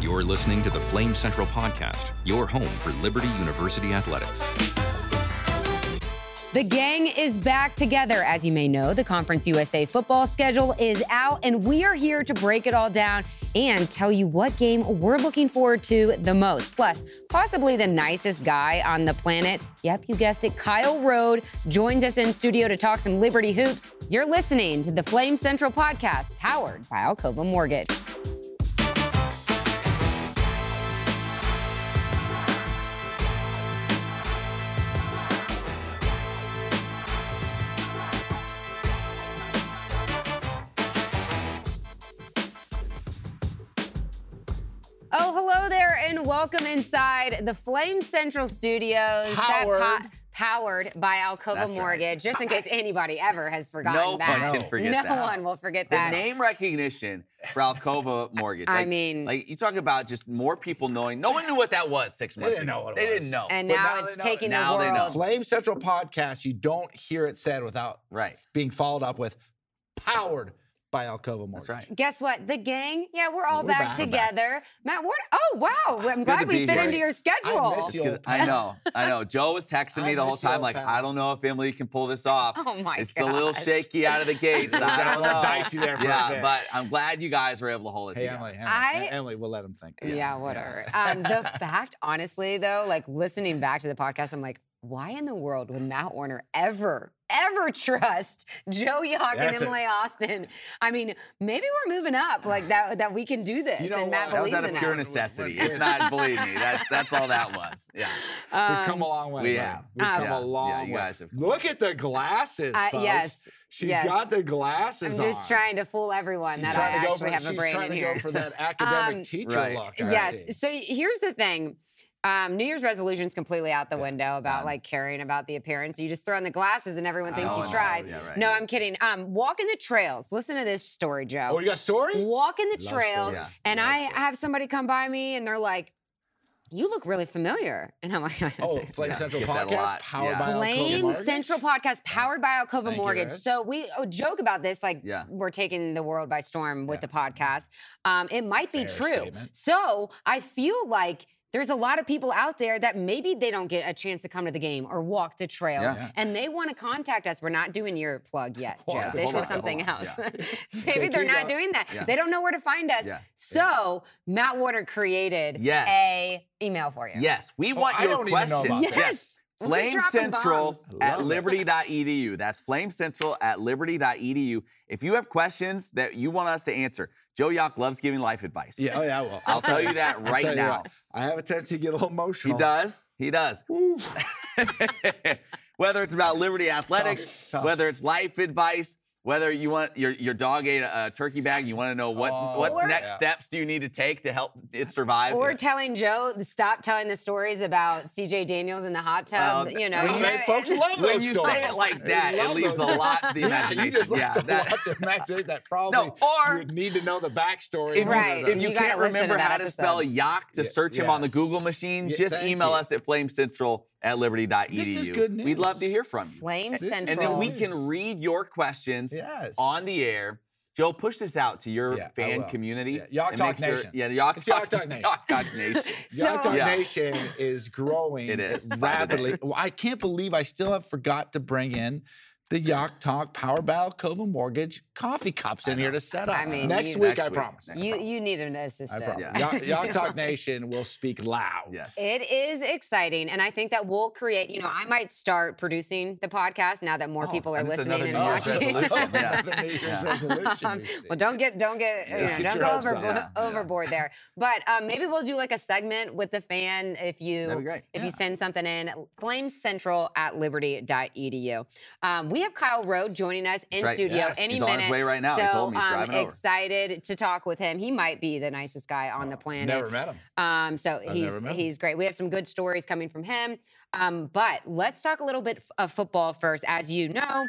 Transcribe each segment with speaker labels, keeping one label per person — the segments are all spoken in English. Speaker 1: You're listening to the Flame Central Podcast, your home for Liberty University athletics.
Speaker 2: The gang is back together. As you may know, the Conference USA football schedule is out, and we are here to break it all down and tell you what game we're looking forward to the most. Plus, possibly the nicest guy on the planet. Yep, you guessed it. Kyle Rode joins us in studio to talk some Liberty hoops. You're listening to the Flame Central podcast, powered by Alcova Mortgage. Oh, hello there, and welcome inside the Flame Central Studios. That
Speaker 3: Powered.
Speaker 2: powered by Alcova
Speaker 4: That's right.
Speaker 2: Mortgage, just in case anybody ever has forgotten
Speaker 4: No one
Speaker 2: that.
Speaker 4: can forget
Speaker 2: no
Speaker 4: that.
Speaker 2: one will forget
Speaker 4: The
Speaker 2: that.
Speaker 4: name recognition for Alcova Mortgage.
Speaker 2: I
Speaker 4: like-
Speaker 2: mean-
Speaker 4: like you talk about just more people knowing. No one knew what that was six months
Speaker 3: didn't
Speaker 4: ago.
Speaker 3: know what it
Speaker 4: they
Speaker 3: was.
Speaker 4: didn't know.
Speaker 2: and
Speaker 4: But
Speaker 2: now,
Speaker 3: now
Speaker 2: it's
Speaker 3: they know.
Speaker 2: taking
Speaker 4: Now
Speaker 2: the
Speaker 4: they know.
Speaker 2: world.
Speaker 3: Flame Central podcast, you don't hear it said without
Speaker 4: Right.
Speaker 3: being followed up with powered by Alcova Mortgage.
Speaker 4: That's right.
Speaker 2: Guess what? The gang. Yeah, we're all
Speaker 3: We're
Speaker 2: back,
Speaker 3: back. We're back.
Speaker 2: together. Matt, what? Oh wow! I'm
Speaker 4: good
Speaker 2: glad
Speaker 4: to
Speaker 2: we
Speaker 4: be
Speaker 2: fit
Speaker 4: here.
Speaker 2: into your schedule.
Speaker 3: miss you.
Speaker 4: Just 'cause- I know, I know. Joe was texting
Speaker 3: I
Speaker 4: me the whole
Speaker 3: miss you,
Speaker 4: time, like,
Speaker 3: pal.
Speaker 4: I don't know if Emily can pull this off.
Speaker 2: Oh my
Speaker 4: It's a little
Speaker 2: gosh.
Speaker 4: shaky out of the gates. I
Speaker 3: got a
Speaker 4: don't
Speaker 3: little
Speaker 4: know.
Speaker 3: dicey there for a
Speaker 4: yeah,
Speaker 3: bit.
Speaker 4: but I'm glad you guys were able to hold it
Speaker 3: Hey,
Speaker 4: together.
Speaker 3: Emily, Emily,
Speaker 2: I-
Speaker 3: Emily, we'll let him think.
Speaker 2: Yeah, whatever. Um, the fact, honestly, though, like listening back to the podcast, I'm like, why in the world would Matt Warner ever, ever trust Joe Yock and
Speaker 3: That's it.
Speaker 2: Emily Austin? I mean, maybe we're moving up like that. That we can do this,
Speaker 3: You know
Speaker 2: and Matt
Speaker 3: what?
Speaker 4: That was
Speaker 2: believes
Speaker 4: out of
Speaker 2: in
Speaker 4: pure
Speaker 2: us.
Speaker 4: necessity.
Speaker 3: We're-
Speaker 4: It's not, believe me. That's that's all that was. Yeah.
Speaker 3: We've
Speaker 2: Um,
Speaker 3: come a long way.
Speaker 4: we
Speaker 3: man.
Speaker 4: have. Oh,
Speaker 3: We've come
Speaker 4: Yeah,
Speaker 3: a long
Speaker 4: yeah, you
Speaker 3: way.
Speaker 4: guys have-
Speaker 3: Look at the glasses,
Speaker 2: Uh,
Speaker 3: folks.
Speaker 2: yes,
Speaker 3: She's
Speaker 2: yes.
Speaker 3: got the glasses
Speaker 2: I'm just
Speaker 3: on.
Speaker 2: trying to fool everyone
Speaker 3: She's
Speaker 2: that I
Speaker 3: trying to go
Speaker 2: actually
Speaker 3: for,
Speaker 2: have a
Speaker 3: she's
Speaker 2: brain
Speaker 3: trying
Speaker 2: in
Speaker 3: to
Speaker 2: here.
Speaker 3: go for that academic
Speaker 2: Um,
Speaker 3: teacher
Speaker 4: Right.
Speaker 3: look. I see.
Speaker 2: Yes. So y- here's the thing. Um, New Year's resolutions completely out the window about like caring about the appearance. You just throw on the glasses and everyone thinks
Speaker 4: no
Speaker 2: you
Speaker 4: one
Speaker 2: tried.
Speaker 4: knows. Yeah, right.
Speaker 2: No, I'm kidding. Um, walking the trails. Listen to this story,
Speaker 3: Oh,
Speaker 2: Joe.
Speaker 3: you got a story?
Speaker 2: Walking the
Speaker 3: Love
Speaker 2: trails,
Speaker 4: story.
Speaker 2: and
Speaker 3: Love
Speaker 2: I
Speaker 3: story.
Speaker 2: have somebody come by me, and they're like, "You look really familiar," and I'm like,
Speaker 3: Oh, Flame
Speaker 4: Yeah,
Speaker 3: Central
Speaker 4: get that a
Speaker 3: podcast
Speaker 4: lot.
Speaker 3: powered
Speaker 4: Yeah.
Speaker 3: by Alcova
Speaker 2: Blame
Speaker 3: Mortgage.
Speaker 2: Central Podcast, powered by Alcova
Speaker 3: Thank you,
Speaker 2: Mortgage.
Speaker 3: Rez.
Speaker 2: so we oh, joke about this, like
Speaker 4: Yeah.
Speaker 2: we're taking the world by storm with the podcast. Um, it might be
Speaker 3: Fair
Speaker 2: true.
Speaker 3: statement.
Speaker 2: So I feel like there's a lot of people out there that maybe they don't get a chance to come to the game or walk the trails,
Speaker 4: Yeah. Yeah.
Speaker 2: and they want to contact us. We're not doing your plug yet, Joe.
Speaker 3: Hold on,
Speaker 2: This
Speaker 3: hold
Speaker 2: is
Speaker 3: on,
Speaker 2: something
Speaker 4: hold on.
Speaker 2: else.
Speaker 4: Yeah.
Speaker 2: maybe
Speaker 3: Okay,
Speaker 2: they're
Speaker 3: keep
Speaker 2: not
Speaker 3: up.
Speaker 2: doing that.
Speaker 4: Yeah.
Speaker 2: They don't know where to find us.
Speaker 4: Yeah.
Speaker 2: So Matt Warner created
Speaker 4: Yes.
Speaker 2: a email for you.
Speaker 4: Yes, we want
Speaker 3: Oh, I
Speaker 4: your
Speaker 3: don't even know
Speaker 4: questions.
Speaker 3: about
Speaker 2: Yes. We're
Speaker 4: Flame
Speaker 2: dropping
Speaker 4: Central
Speaker 2: bombs.
Speaker 3: I
Speaker 4: at
Speaker 3: love it.
Speaker 4: liberty.edu. That's Flame Central at liberty.edu. If you have questions that you want us to answer, Joe Yock loves giving life advice.
Speaker 3: Yeah, oh, yeah, well.
Speaker 4: I'll tell you that
Speaker 3: I'll
Speaker 4: right
Speaker 3: tell you
Speaker 4: now.
Speaker 3: what, I have a tendency to get a little
Speaker 4: He
Speaker 3: emotional.
Speaker 4: does. He does.
Speaker 3: Ooh.
Speaker 4: whether it's about Liberty Athletics,
Speaker 3: Tough, tough.
Speaker 4: whether it's life advice, whether you want your, your dog ate a, a turkey bag, you want to know what,
Speaker 3: Oh,
Speaker 4: what
Speaker 2: Or-
Speaker 4: next
Speaker 3: yeah.
Speaker 4: steps do you need to take to help it survive?
Speaker 2: Or telling Joe, stop telling the stories about CJ Daniels in the hot tub.
Speaker 4: Well,
Speaker 2: you know,
Speaker 4: when
Speaker 2: you
Speaker 4: you-
Speaker 2: know,
Speaker 3: folks love those
Speaker 4: when you say it
Speaker 3: stories.
Speaker 4: like
Speaker 3: They
Speaker 4: that, it
Speaker 3: love
Speaker 4: leaves a
Speaker 3: those-
Speaker 4: lot to the
Speaker 3: Yeah, you
Speaker 4: imagination.
Speaker 3: just left
Speaker 4: yeah,
Speaker 3: a
Speaker 4: that-
Speaker 3: lot to imaginate that probably
Speaker 4: No, or-
Speaker 3: you would need to know the backstory.
Speaker 4: If you,
Speaker 3: in order
Speaker 2: Right.
Speaker 3: to-
Speaker 4: if you,
Speaker 2: You gotta
Speaker 4: can't
Speaker 2: listen to
Speaker 4: remember
Speaker 2: that
Speaker 4: how to
Speaker 2: episode.
Speaker 4: spell Yak to
Speaker 3: Ye-
Speaker 4: search him on the
Speaker 3: yes.
Speaker 4: Google machine,
Speaker 3: Ye-
Speaker 4: just
Speaker 3: thank
Speaker 4: email
Speaker 3: you.
Speaker 4: us at flamecentral at liberty.edu.
Speaker 3: This is good
Speaker 4: We'd love to
Speaker 3: news.
Speaker 4: hear from you.
Speaker 2: Flame
Speaker 4: And-
Speaker 2: Central.
Speaker 4: And then we
Speaker 3: News.
Speaker 4: can read your questions
Speaker 3: Yes.
Speaker 4: on the air. Joe, push this out to your
Speaker 3: Yeah, I
Speaker 4: fan
Speaker 3: will.
Speaker 4: community.
Speaker 3: Yeah, Yak
Speaker 4: and
Speaker 3: Talk
Speaker 4: make sure-
Speaker 3: Nation.
Speaker 4: Yeah, the Yak
Speaker 3: It's
Speaker 4: Talk,
Speaker 3: Yak Talk Nation.
Speaker 4: Yak Talk Nation.
Speaker 3: Yacht
Speaker 2: So-
Speaker 3: Talk
Speaker 4: Yeah.
Speaker 3: Nation is growing
Speaker 4: It is, by the
Speaker 3: rapidly. Well, I can't believe I still have forgot to bring in the Yacht Talk Power by Alcova Mortgage coffee cups in here to set up.
Speaker 2: I mean,
Speaker 3: next
Speaker 2: you-
Speaker 3: week,
Speaker 4: Next
Speaker 3: I
Speaker 4: week.
Speaker 3: promise.
Speaker 4: Next
Speaker 2: you,
Speaker 4: problem.
Speaker 2: you need an
Speaker 3: I
Speaker 2: assistant.
Speaker 3: promise.
Speaker 4: Yeah.
Speaker 3: Yacht, Yacht Talk Nation will speak loud.
Speaker 4: Yes.
Speaker 2: It is exciting. And I think that we'll create, you know, I might start producing the podcast now that more
Speaker 3: Oh,
Speaker 2: people are
Speaker 4: and this is
Speaker 2: listening and
Speaker 4: another New Year's
Speaker 2: watching.
Speaker 4: resolution, yeah.
Speaker 3: Another New Year's
Speaker 4: Yeah.
Speaker 3: resolution we see.
Speaker 2: well, don't get don't get you
Speaker 4: Yeah.
Speaker 2: know,
Speaker 3: Get
Speaker 2: don't
Speaker 3: your
Speaker 2: go
Speaker 3: hopes up.
Speaker 2: overboard,
Speaker 4: Yeah, yeah.
Speaker 2: overboard there. But um, maybe we'll do like a segment with the fan if you
Speaker 4: That'd be great.
Speaker 2: if you send something in. Flamecentral at liberty.edu. Um, we have Kyle Rode joining us in
Speaker 4: That's right.
Speaker 2: studio
Speaker 3: Yes.
Speaker 2: any
Speaker 4: He's on
Speaker 2: minute.
Speaker 4: his way right now.
Speaker 2: So
Speaker 4: He told me he's driving
Speaker 2: I'm
Speaker 4: over.
Speaker 2: excited to talk with him. He might be the nicest guy on the planet.
Speaker 3: Never met him.
Speaker 2: Um, so
Speaker 3: never
Speaker 2: he's
Speaker 3: met him.
Speaker 2: he's great. We have some good stories coming from him. Um, but let's talk a little bit f- of football first. As you know,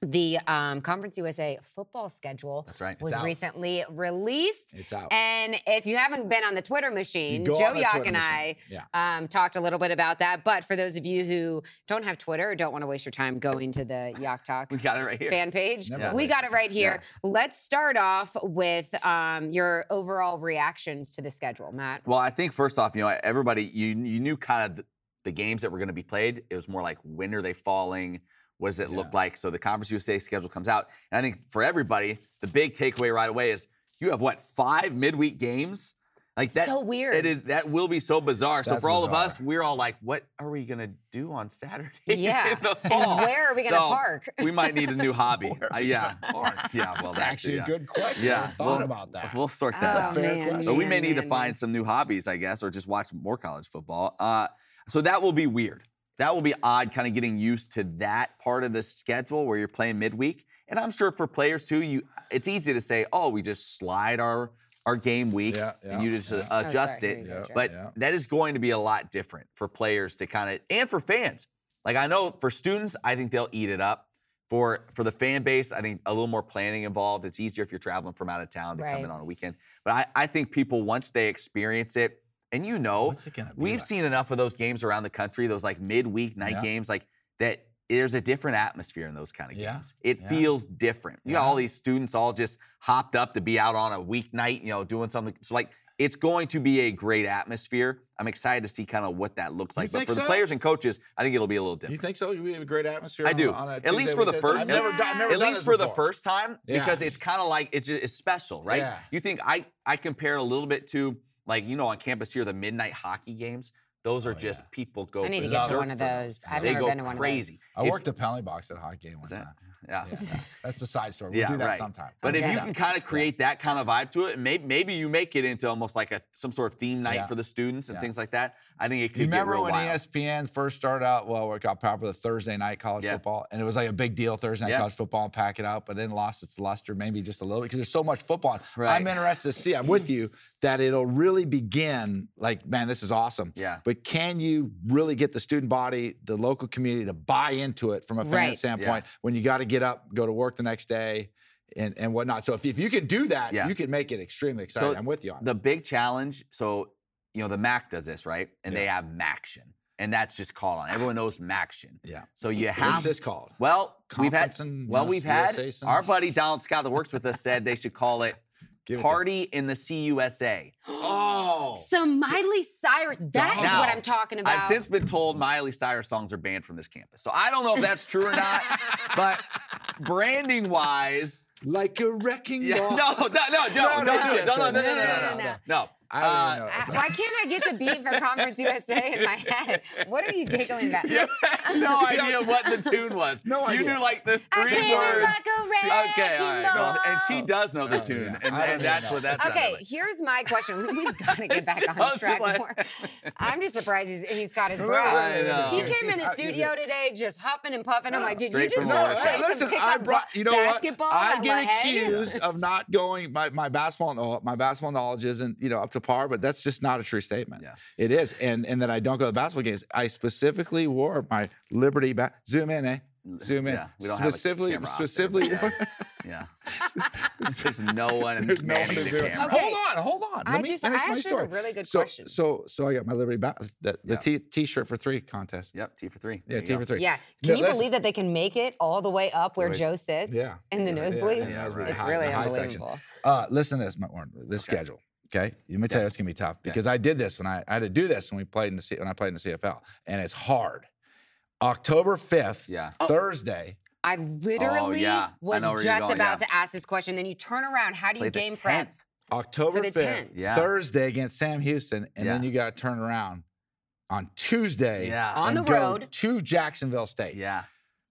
Speaker 2: The um, Conference USA football schedule
Speaker 4: That's right.
Speaker 2: was
Speaker 3: out.
Speaker 2: recently released.
Speaker 3: It's out.
Speaker 2: And if you haven't been on the Twitter
Speaker 3: You
Speaker 2: machine,
Speaker 3: go
Speaker 2: Joe
Speaker 3: on the
Speaker 2: Yock
Speaker 3: Twitter
Speaker 2: and I
Speaker 3: machine. Yeah.
Speaker 2: um, talked a little bit about that. But for those of you who don't have Twitter or don't want to waste your time going to the Yock Talk
Speaker 4: We got it right here.
Speaker 2: fan page,
Speaker 3: never a
Speaker 2: we
Speaker 3: waste
Speaker 2: got it right here. Let's start off with um, your overall reactions to the schedule, Matt.
Speaker 4: Well, I think first off, you know, everybody, you you knew kind of the, the games that were going to be played. It was more like when are they falling? What does it look
Speaker 3: Yeah.
Speaker 4: like? So the Conference USA schedule comes out, and I think for everybody, the big takeaway right away is you have what five midweek games. Like that,
Speaker 2: so weird.
Speaker 4: It is, that will be so bizarre. so
Speaker 3: That's
Speaker 4: for all
Speaker 3: bizarre.
Speaker 4: of us, we're all like, "What are we gonna do on Saturdays
Speaker 2: Yeah.
Speaker 4: in the
Speaker 2: and
Speaker 4: fall?"
Speaker 2: where are we going to
Speaker 4: So,
Speaker 2: park?
Speaker 4: we might need a new hobby.
Speaker 3: Or-
Speaker 4: Uh, yeah, or, yeah. Well,
Speaker 3: That's
Speaker 4: that too,
Speaker 3: actually
Speaker 4: yeah.
Speaker 3: a good question.
Speaker 4: Yeah,
Speaker 3: I never thought
Speaker 4: well,
Speaker 3: about that.
Speaker 4: We'll sort that
Speaker 3: That's a
Speaker 4: out.
Speaker 2: Oh,
Speaker 3: fair
Speaker 2: man,
Speaker 3: question.
Speaker 4: So we may
Speaker 2: man,
Speaker 4: need to
Speaker 2: man,
Speaker 4: find some new hobbies, I guess, or just watch more college football. Uh, so that will be weird. That will be odd, kind of getting used to that part of the schedule where you're playing midweek. And I'm sure for players too, you it's easy to say, oh, we just slide our our game week
Speaker 3: Yeah, yeah,
Speaker 4: and you just uh,
Speaker 3: yeah.
Speaker 2: Oh,
Speaker 4: adjust
Speaker 2: sorry,
Speaker 4: it.
Speaker 2: here you go,
Speaker 3: Yeah,
Speaker 2: Joe.
Speaker 4: But
Speaker 3: Yeah.
Speaker 4: that is going to be a lot different for players to kind of and for fans. Like I know for students, I think they'll eat it up. For for the fan base, I think a little more planning involved. It's easier if you're traveling from out of town to
Speaker 2: Right.
Speaker 4: come in on a weekend. But I, I think people once they experience it, and you know,
Speaker 3: What's it gonna be
Speaker 4: oh, we've
Speaker 3: like?
Speaker 4: seen enough of those games around the country, those like midweek night
Speaker 3: Yeah.
Speaker 4: games, like that there's a different atmosphere in those kind of
Speaker 3: Yeah,
Speaker 4: games. It
Speaker 3: yeah.
Speaker 4: feels different. You got
Speaker 3: Yeah.
Speaker 4: all these students all just hopped up to be out on a weeknight, you know, doing something. So like it's going to be a great atmosphere. I'm excited to see kind of what that looks
Speaker 3: You
Speaker 4: like. But
Speaker 3: think
Speaker 4: for the
Speaker 3: so?
Speaker 4: players and coaches, I think it'll be a little
Speaker 3: You
Speaker 4: different.
Speaker 3: think so? We have a great atmosphere.
Speaker 4: I
Speaker 3: on a-
Speaker 4: do.
Speaker 3: on a
Speaker 4: At
Speaker 3: Tuesday
Speaker 4: least for the
Speaker 3: with this?
Speaker 4: first-
Speaker 3: I've never,
Speaker 2: at-
Speaker 3: done- I've never
Speaker 4: At
Speaker 3: done
Speaker 4: least
Speaker 3: this
Speaker 4: for the
Speaker 3: before.
Speaker 4: first time, because
Speaker 3: Yeah.
Speaker 4: it's kind of like it's just it's special, right?
Speaker 3: Yeah.
Speaker 4: You think I I compare a little bit to like you know on campus here the midnight hockey games. Those are
Speaker 3: Oh,
Speaker 4: just
Speaker 3: yeah.
Speaker 4: people go.
Speaker 2: I need to get to
Speaker 4: berserk
Speaker 2: one of
Speaker 4: for them.
Speaker 2: those. I've
Speaker 4: they
Speaker 2: never
Speaker 4: go
Speaker 2: been to one
Speaker 4: crazy.
Speaker 3: I
Speaker 4: If-
Speaker 3: worked a penalty box at a hockey game one
Speaker 4: that-
Speaker 3: time.
Speaker 4: yeah.
Speaker 3: Yeah, yeah. That's the side story. We'll
Speaker 4: Yeah,
Speaker 3: do that
Speaker 4: right.
Speaker 3: sometime.
Speaker 4: But if
Speaker 2: Okay.
Speaker 4: you can kind of create that kind of vibe to it, maybe maybe you make it into almost like a some sort of theme night
Speaker 3: Yeah.
Speaker 4: for the students and
Speaker 3: Yeah.
Speaker 4: things like that. I think it could
Speaker 3: You
Speaker 4: get
Speaker 3: remember
Speaker 4: real
Speaker 3: when
Speaker 4: wild.
Speaker 3: E ESPN first started out? Well, it got popular with Thursday night college
Speaker 4: Yeah.
Speaker 3: football, and it was like a big deal Thursday night
Speaker 4: Yeah.
Speaker 3: college football and pack it out, but then lost its luster maybe just a little bit because there's so much football.
Speaker 4: Right.
Speaker 3: I'm interested to see. I'm with you that it'll really begin like, man, this is awesome.
Speaker 4: Yeah.
Speaker 3: But can you really get the student body, the local community to buy into it from a fan
Speaker 2: Right.
Speaker 3: standpoint when you got to get up, go to work the next day? And, and whatnot. So if, if you can do that,
Speaker 4: Yeah.
Speaker 3: you can make it extremely exciting. I'm with you on that.
Speaker 4: The big challenge, so you know, the Mac does this, right? And they
Speaker 3: Yeah.
Speaker 4: have Maction. And that's just call on. Everyone knows Maction.
Speaker 3: Yeah.
Speaker 4: So you
Speaker 3: What's
Speaker 4: have
Speaker 3: this called?
Speaker 4: well, we've had
Speaker 3: Conference in
Speaker 4: well,
Speaker 3: US-
Speaker 4: we've had
Speaker 3: USA something?
Speaker 4: our buddy Donald Scott that works with us said they should call it
Speaker 3: Give it to-
Speaker 4: Party in the CUSA.
Speaker 3: Oh.
Speaker 2: Some Miley Cyrus. That is
Speaker 4: Now,
Speaker 2: what I'm talking about.
Speaker 4: I've since been told Miley Cyrus songs are banned from this campus. So I don't know if that's true or not, but branding wise,
Speaker 3: like a wrecking
Speaker 4: yeah,
Speaker 3: ball.
Speaker 4: no, no, no, don't, don't do it. No, no, no,
Speaker 2: No,
Speaker 4: no, no, no,
Speaker 2: no,
Speaker 4: no,
Speaker 2: no.
Speaker 4: no. No.
Speaker 3: I don't even
Speaker 2: Uh,
Speaker 3: know.
Speaker 2: why can't I get the beat for Conference USA in my head? What are you giggling about?
Speaker 4: You had no idea what the tune was.
Speaker 3: No
Speaker 4: You
Speaker 3: idea.
Speaker 4: knew like the
Speaker 2: I
Speaker 4: three
Speaker 2: feel
Speaker 4: words.
Speaker 2: like a wrecking
Speaker 4: okay, all right.
Speaker 2: ball.
Speaker 4: Well, and she does know the
Speaker 3: Oh,
Speaker 4: tune,
Speaker 3: yeah.
Speaker 4: and,
Speaker 3: I don't
Speaker 4: and that's
Speaker 3: know.
Speaker 4: what that's sounded
Speaker 2: Okay,
Speaker 4: like.
Speaker 2: here's my question. We've got to get back
Speaker 4: Just
Speaker 2: on track
Speaker 4: like-
Speaker 2: more. I'm just surprised he's, he's got his
Speaker 4: I
Speaker 2: breath.
Speaker 4: know.
Speaker 2: He
Speaker 4: Cheers,
Speaker 2: came in the studio today just huffing and puffing. I'm like, did you
Speaker 4: Straight
Speaker 2: just
Speaker 4: from
Speaker 2: go
Speaker 4: Florida.
Speaker 2: play
Speaker 4: Hey,
Speaker 2: some
Speaker 3: listen, I
Speaker 2: pickup
Speaker 3: brought.
Speaker 2: bro-
Speaker 3: You know
Speaker 2: basketball?
Speaker 3: what? I
Speaker 2: at
Speaker 3: get
Speaker 2: Lahaye?
Speaker 3: accused of not going. My my basketball know- my basketball knowledge isn't you know up to par, but that's just not a true statement.
Speaker 4: Yeah.
Speaker 3: It is, and and that I don't go to basketball games. I specifically wore my Liberty ba- zoom in, eh? Zoom in.
Speaker 4: Yeah, we don't have a
Speaker 3: specifically,
Speaker 4: camera op there,
Speaker 3: specifically.
Speaker 4: but,
Speaker 3: wore-
Speaker 4: uh, Yeah. There's no one
Speaker 3: There's no one
Speaker 4: manning
Speaker 3: to
Speaker 4: the
Speaker 3: do it.
Speaker 4: camera.
Speaker 2: Okay.
Speaker 3: Hold on, hold on. Let
Speaker 2: I
Speaker 3: me
Speaker 2: just-
Speaker 3: finish
Speaker 2: I actually
Speaker 3: my
Speaker 2: have a
Speaker 3: story.
Speaker 2: really good
Speaker 3: so,
Speaker 2: question.
Speaker 3: So, so I got my Liberty ba- the, the
Speaker 4: Yeah.
Speaker 3: t- t-shirt for three contest.
Speaker 4: Yep, T for three.
Speaker 3: Yeah,
Speaker 4: There you
Speaker 3: T
Speaker 4: go.
Speaker 3: for three.
Speaker 2: Yeah.
Speaker 3: No,
Speaker 2: Can you
Speaker 3: that's-
Speaker 2: believe that they can make it all the way up where
Speaker 4: Right.
Speaker 2: Joe sits?
Speaker 3: Yeah.
Speaker 2: in the
Speaker 3: Yeah, yeah,
Speaker 2: nosebleeds?
Speaker 3: yeah,
Speaker 4: that's
Speaker 2: It's
Speaker 4: right.
Speaker 2: really
Speaker 3: High section.
Speaker 2: unbelievable.
Speaker 3: Uh, listen to this, my Warren, this
Speaker 4: Okay.
Speaker 3: schedule. Okay, let me tell you, it's gonna be tough
Speaker 4: Yeah.
Speaker 3: because I did this when I, I had to do this when we played in the C, when I played in the CFL, and it's hard. October fifth,
Speaker 4: Yeah.
Speaker 2: Oh.
Speaker 3: Thursday.
Speaker 2: I literally
Speaker 4: yeah. I
Speaker 2: was
Speaker 4: know where you're
Speaker 2: just
Speaker 4: going,
Speaker 2: about
Speaker 4: yeah.
Speaker 2: to ask this question. Then you turn around. How do you
Speaker 4: Played the
Speaker 2: game prep?
Speaker 4: 10th.
Speaker 3: October
Speaker 2: the
Speaker 3: 5th,
Speaker 2: 10th.
Speaker 4: Yeah.
Speaker 3: Thursday against Sam Houston, and then
Speaker 4: Yeah.
Speaker 3: you got to turn around on Tuesday
Speaker 4: Yeah.
Speaker 2: On the
Speaker 3: and go
Speaker 2: road.
Speaker 3: to Jacksonville State.
Speaker 4: Yeah.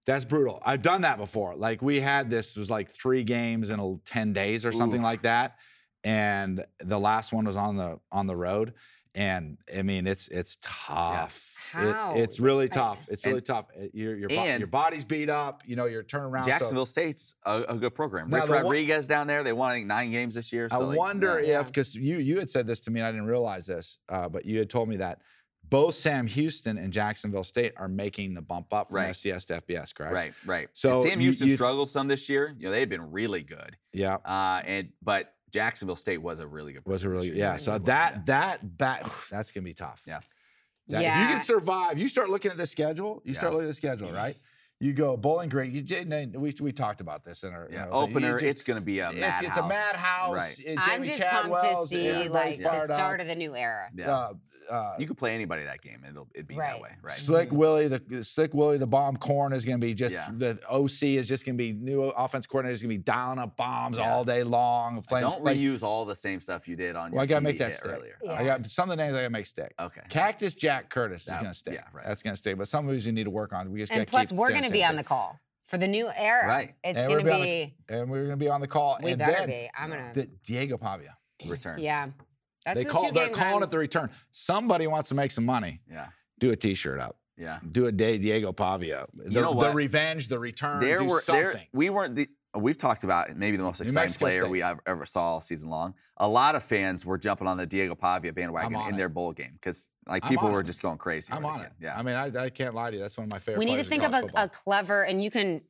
Speaker 3: That's brutal. I've done that before. Like we had this was like three games in a- 10 days or something
Speaker 4: Oof.
Speaker 3: like that. And the last one was on the on the road. And I mean, it's it's tough. It-
Speaker 2: How?
Speaker 3: it's really
Speaker 2: Like-
Speaker 3: tough. It's really
Speaker 4: And-
Speaker 3: tough. It- Your your, bo-
Speaker 4: and-
Speaker 3: your body's beat up. You know, your turnaround. so-
Speaker 4: Jacksonville State's a, a good program.
Speaker 3: Now,
Speaker 4: Rich
Speaker 3: the one-
Speaker 4: Rodriguez down there, they won I think nine games this year. So
Speaker 3: I
Speaker 4: like,
Speaker 3: wonder
Speaker 4: yeah.
Speaker 2: Yeah.
Speaker 3: if because you you had said this to me, and I didn't realize this, uh, but you had told me that both Sam Houston and Jacksonville State are making the bump up from
Speaker 4: Right.
Speaker 3: FCS to FBS, correct?
Speaker 4: Right, right. So
Speaker 3: So
Speaker 4: Sam
Speaker 3: you-
Speaker 4: Houston
Speaker 3: you-
Speaker 4: struggled some this year. You know, they had been really good.
Speaker 3: Yeah.
Speaker 4: Uh, and but Jacksonville State was a really good.
Speaker 3: Was a
Speaker 4: program
Speaker 3: really
Speaker 4: this year.
Speaker 3: yeah. So that that back that's gonna be tough.
Speaker 4: Yeah.
Speaker 3: That- If you
Speaker 2: Yeah.
Speaker 3: can survive, you start looking at the schedule. You start
Speaker 4: Yeah.
Speaker 3: looking at the schedule, right? You go Bowling Green. You did. and We we talked about this in our in
Speaker 4: Yeah,
Speaker 3: our thing. You
Speaker 4: opener.
Speaker 3: just-
Speaker 4: it's going to be a
Speaker 3: it's,
Speaker 4: madhouse.
Speaker 3: it's a madhouse.
Speaker 4: Right.
Speaker 3: uh,
Speaker 2: I'm
Speaker 3: Jamie
Speaker 2: just pumped to
Speaker 3: Chadwell's,
Speaker 2: see
Speaker 3: everybody's
Speaker 2: like the
Speaker 3: fired up.
Speaker 2: start of the new era.
Speaker 4: Yeah.
Speaker 3: Uh, uh,
Speaker 4: you could play anybody that game. and It'll it'd be
Speaker 2: Right.
Speaker 4: that way. Right.
Speaker 3: Slick Willie, the Slick Willie, the bomb corn is going to be just
Speaker 4: Yeah.
Speaker 3: the OC is just going to be new offense coordinator is going to be dialing up bombs
Speaker 4: Yeah.
Speaker 3: all day long. Flames,
Speaker 4: Don't
Speaker 3: flames-
Speaker 4: reuse all the same stuff you did on.
Speaker 3: Well,
Speaker 4: your
Speaker 3: I gotta
Speaker 4: TV
Speaker 3: make that
Speaker 4: hit
Speaker 3: stick.
Speaker 4: earlier.
Speaker 2: Yeah.
Speaker 3: I got some of the names I got to make stick.
Speaker 4: Okay.
Speaker 3: Cactus Jack Curtis is
Speaker 4: That-
Speaker 3: going to stay.
Speaker 4: yeah, right.
Speaker 3: That's going to stay. But some movies you need to work on. We just
Speaker 2: And
Speaker 3: gotta
Speaker 2: plus,
Speaker 3: keep
Speaker 2: we're
Speaker 3: doing
Speaker 2: going to
Speaker 3: same
Speaker 2: be on the
Speaker 3: thing.
Speaker 2: call for the new era.
Speaker 4: Right.
Speaker 2: It's
Speaker 3: And
Speaker 2: going
Speaker 3: we're
Speaker 2: to
Speaker 3: gonna
Speaker 2: be.
Speaker 3: and we're going to be on the call.
Speaker 2: We
Speaker 3: and
Speaker 2: better
Speaker 3: then
Speaker 2: be. I'm going to.
Speaker 3: the- Diego Pavia.
Speaker 4: Return. Yeah.
Speaker 2: Yeah. That's
Speaker 3: They
Speaker 2: the
Speaker 3: call.
Speaker 2: two
Speaker 3: They're
Speaker 2: games
Speaker 3: calling
Speaker 2: I'm-
Speaker 3: it the return. Somebody wants to make some money.
Speaker 4: Yeah.
Speaker 3: Do a T-shirt up. Do a day Diego Pavia. The,
Speaker 4: know what?
Speaker 3: the revenge, the return.
Speaker 4: There
Speaker 3: do
Speaker 4: were
Speaker 3: something.
Speaker 4: there. We weren't the. We've talked about maybe the most
Speaker 3: New
Speaker 4: exciting
Speaker 3: Mexico
Speaker 4: player
Speaker 3: State.
Speaker 4: we ever, ever saw all season long. A lot of fans were jumping on the Diego Pavia bandwagon
Speaker 3: I'm on
Speaker 4: in
Speaker 3: it.
Speaker 4: their bowl game because like
Speaker 3: I'm
Speaker 4: people
Speaker 3: on
Speaker 4: were
Speaker 3: it.
Speaker 4: just going crazy.
Speaker 3: I'm
Speaker 4: over the
Speaker 3: on it.
Speaker 4: kid. Yeah.
Speaker 3: I mean, I, I can't lie to you. That's one of my favorite.
Speaker 2: We need to
Speaker 3: players
Speaker 2: think of
Speaker 3: in college
Speaker 2: a, a
Speaker 3: football.
Speaker 2: clever, and you can,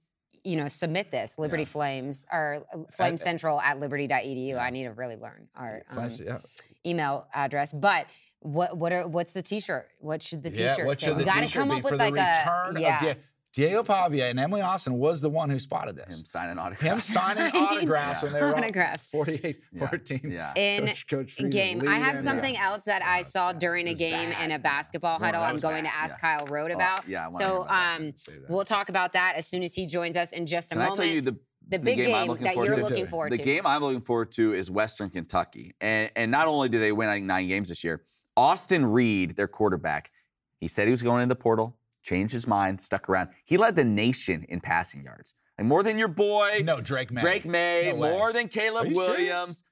Speaker 2: you know, submit this Liberty
Speaker 4: Yeah.
Speaker 2: Flames or uh, Flame Central at liberty.edu. I need to really learn our um,
Speaker 3: Fancy, yeah.
Speaker 2: email address. But what what are what's the T-shirt? What should the
Speaker 3: Yeah,
Speaker 2: T-shirt?
Speaker 3: what
Speaker 2: say?
Speaker 3: should
Speaker 2: we
Speaker 3: the
Speaker 2: gotta
Speaker 3: T-shirt
Speaker 2: come
Speaker 3: be
Speaker 2: up with
Speaker 3: for
Speaker 2: like
Speaker 3: the return
Speaker 2: a yeah.
Speaker 3: of Di- Diego Pavia and Emily Austin was the one who spotted this.
Speaker 4: Him signing
Speaker 3: Him
Speaker 4: autographs.
Speaker 3: signing
Speaker 2: Signing
Speaker 3: autographs when they were
Speaker 2: autographs.
Speaker 3: autographs. 48
Speaker 4: Yeah.
Speaker 3: 14.
Speaker 4: yeah.
Speaker 2: in
Speaker 3: Coach, Coach Freeman
Speaker 2: game. I
Speaker 3: leading.
Speaker 2: have something else that I
Speaker 3: Yeah,
Speaker 2: saw
Speaker 3: it's bad.
Speaker 2: during
Speaker 3: It
Speaker 2: a
Speaker 3: was
Speaker 2: game in a
Speaker 3: bad.
Speaker 2: basketball
Speaker 3: Well,
Speaker 2: huddle.
Speaker 3: that
Speaker 2: I'm
Speaker 3: was
Speaker 2: going to
Speaker 4: bad,
Speaker 2: ask Kyle Road
Speaker 4: Oh,
Speaker 2: about.
Speaker 4: yeah, I wanna hear
Speaker 2: so
Speaker 4: about that.
Speaker 2: um,
Speaker 3: Say that.
Speaker 2: we'll talk about that as soon as he joins us in just a
Speaker 4: Can I
Speaker 2: moment.
Speaker 4: tell you the
Speaker 2: the big
Speaker 4: game I'm
Speaker 2: game
Speaker 4: looking
Speaker 2: that
Speaker 4: forward
Speaker 2: you're
Speaker 3: to?
Speaker 2: looking
Speaker 3: The
Speaker 2: forward
Speaker 4: the
Speaker 2: to.
Speaker 4: game I'm looking forward to is Western Kentucky, and and not only do they win I think nine games this year, Austin Reed, their quarterback, he said he was going in the portal, changed his mind, stuck around. He led the nation in passing yards, and more than your boy
Speaker 3: No, Drake May.
Speaker 4: Drake May,
Speaker 3: No way.
Speaker 4: more than Caleb
Speaker 3: Are you serious?
Speaker 4: Williams,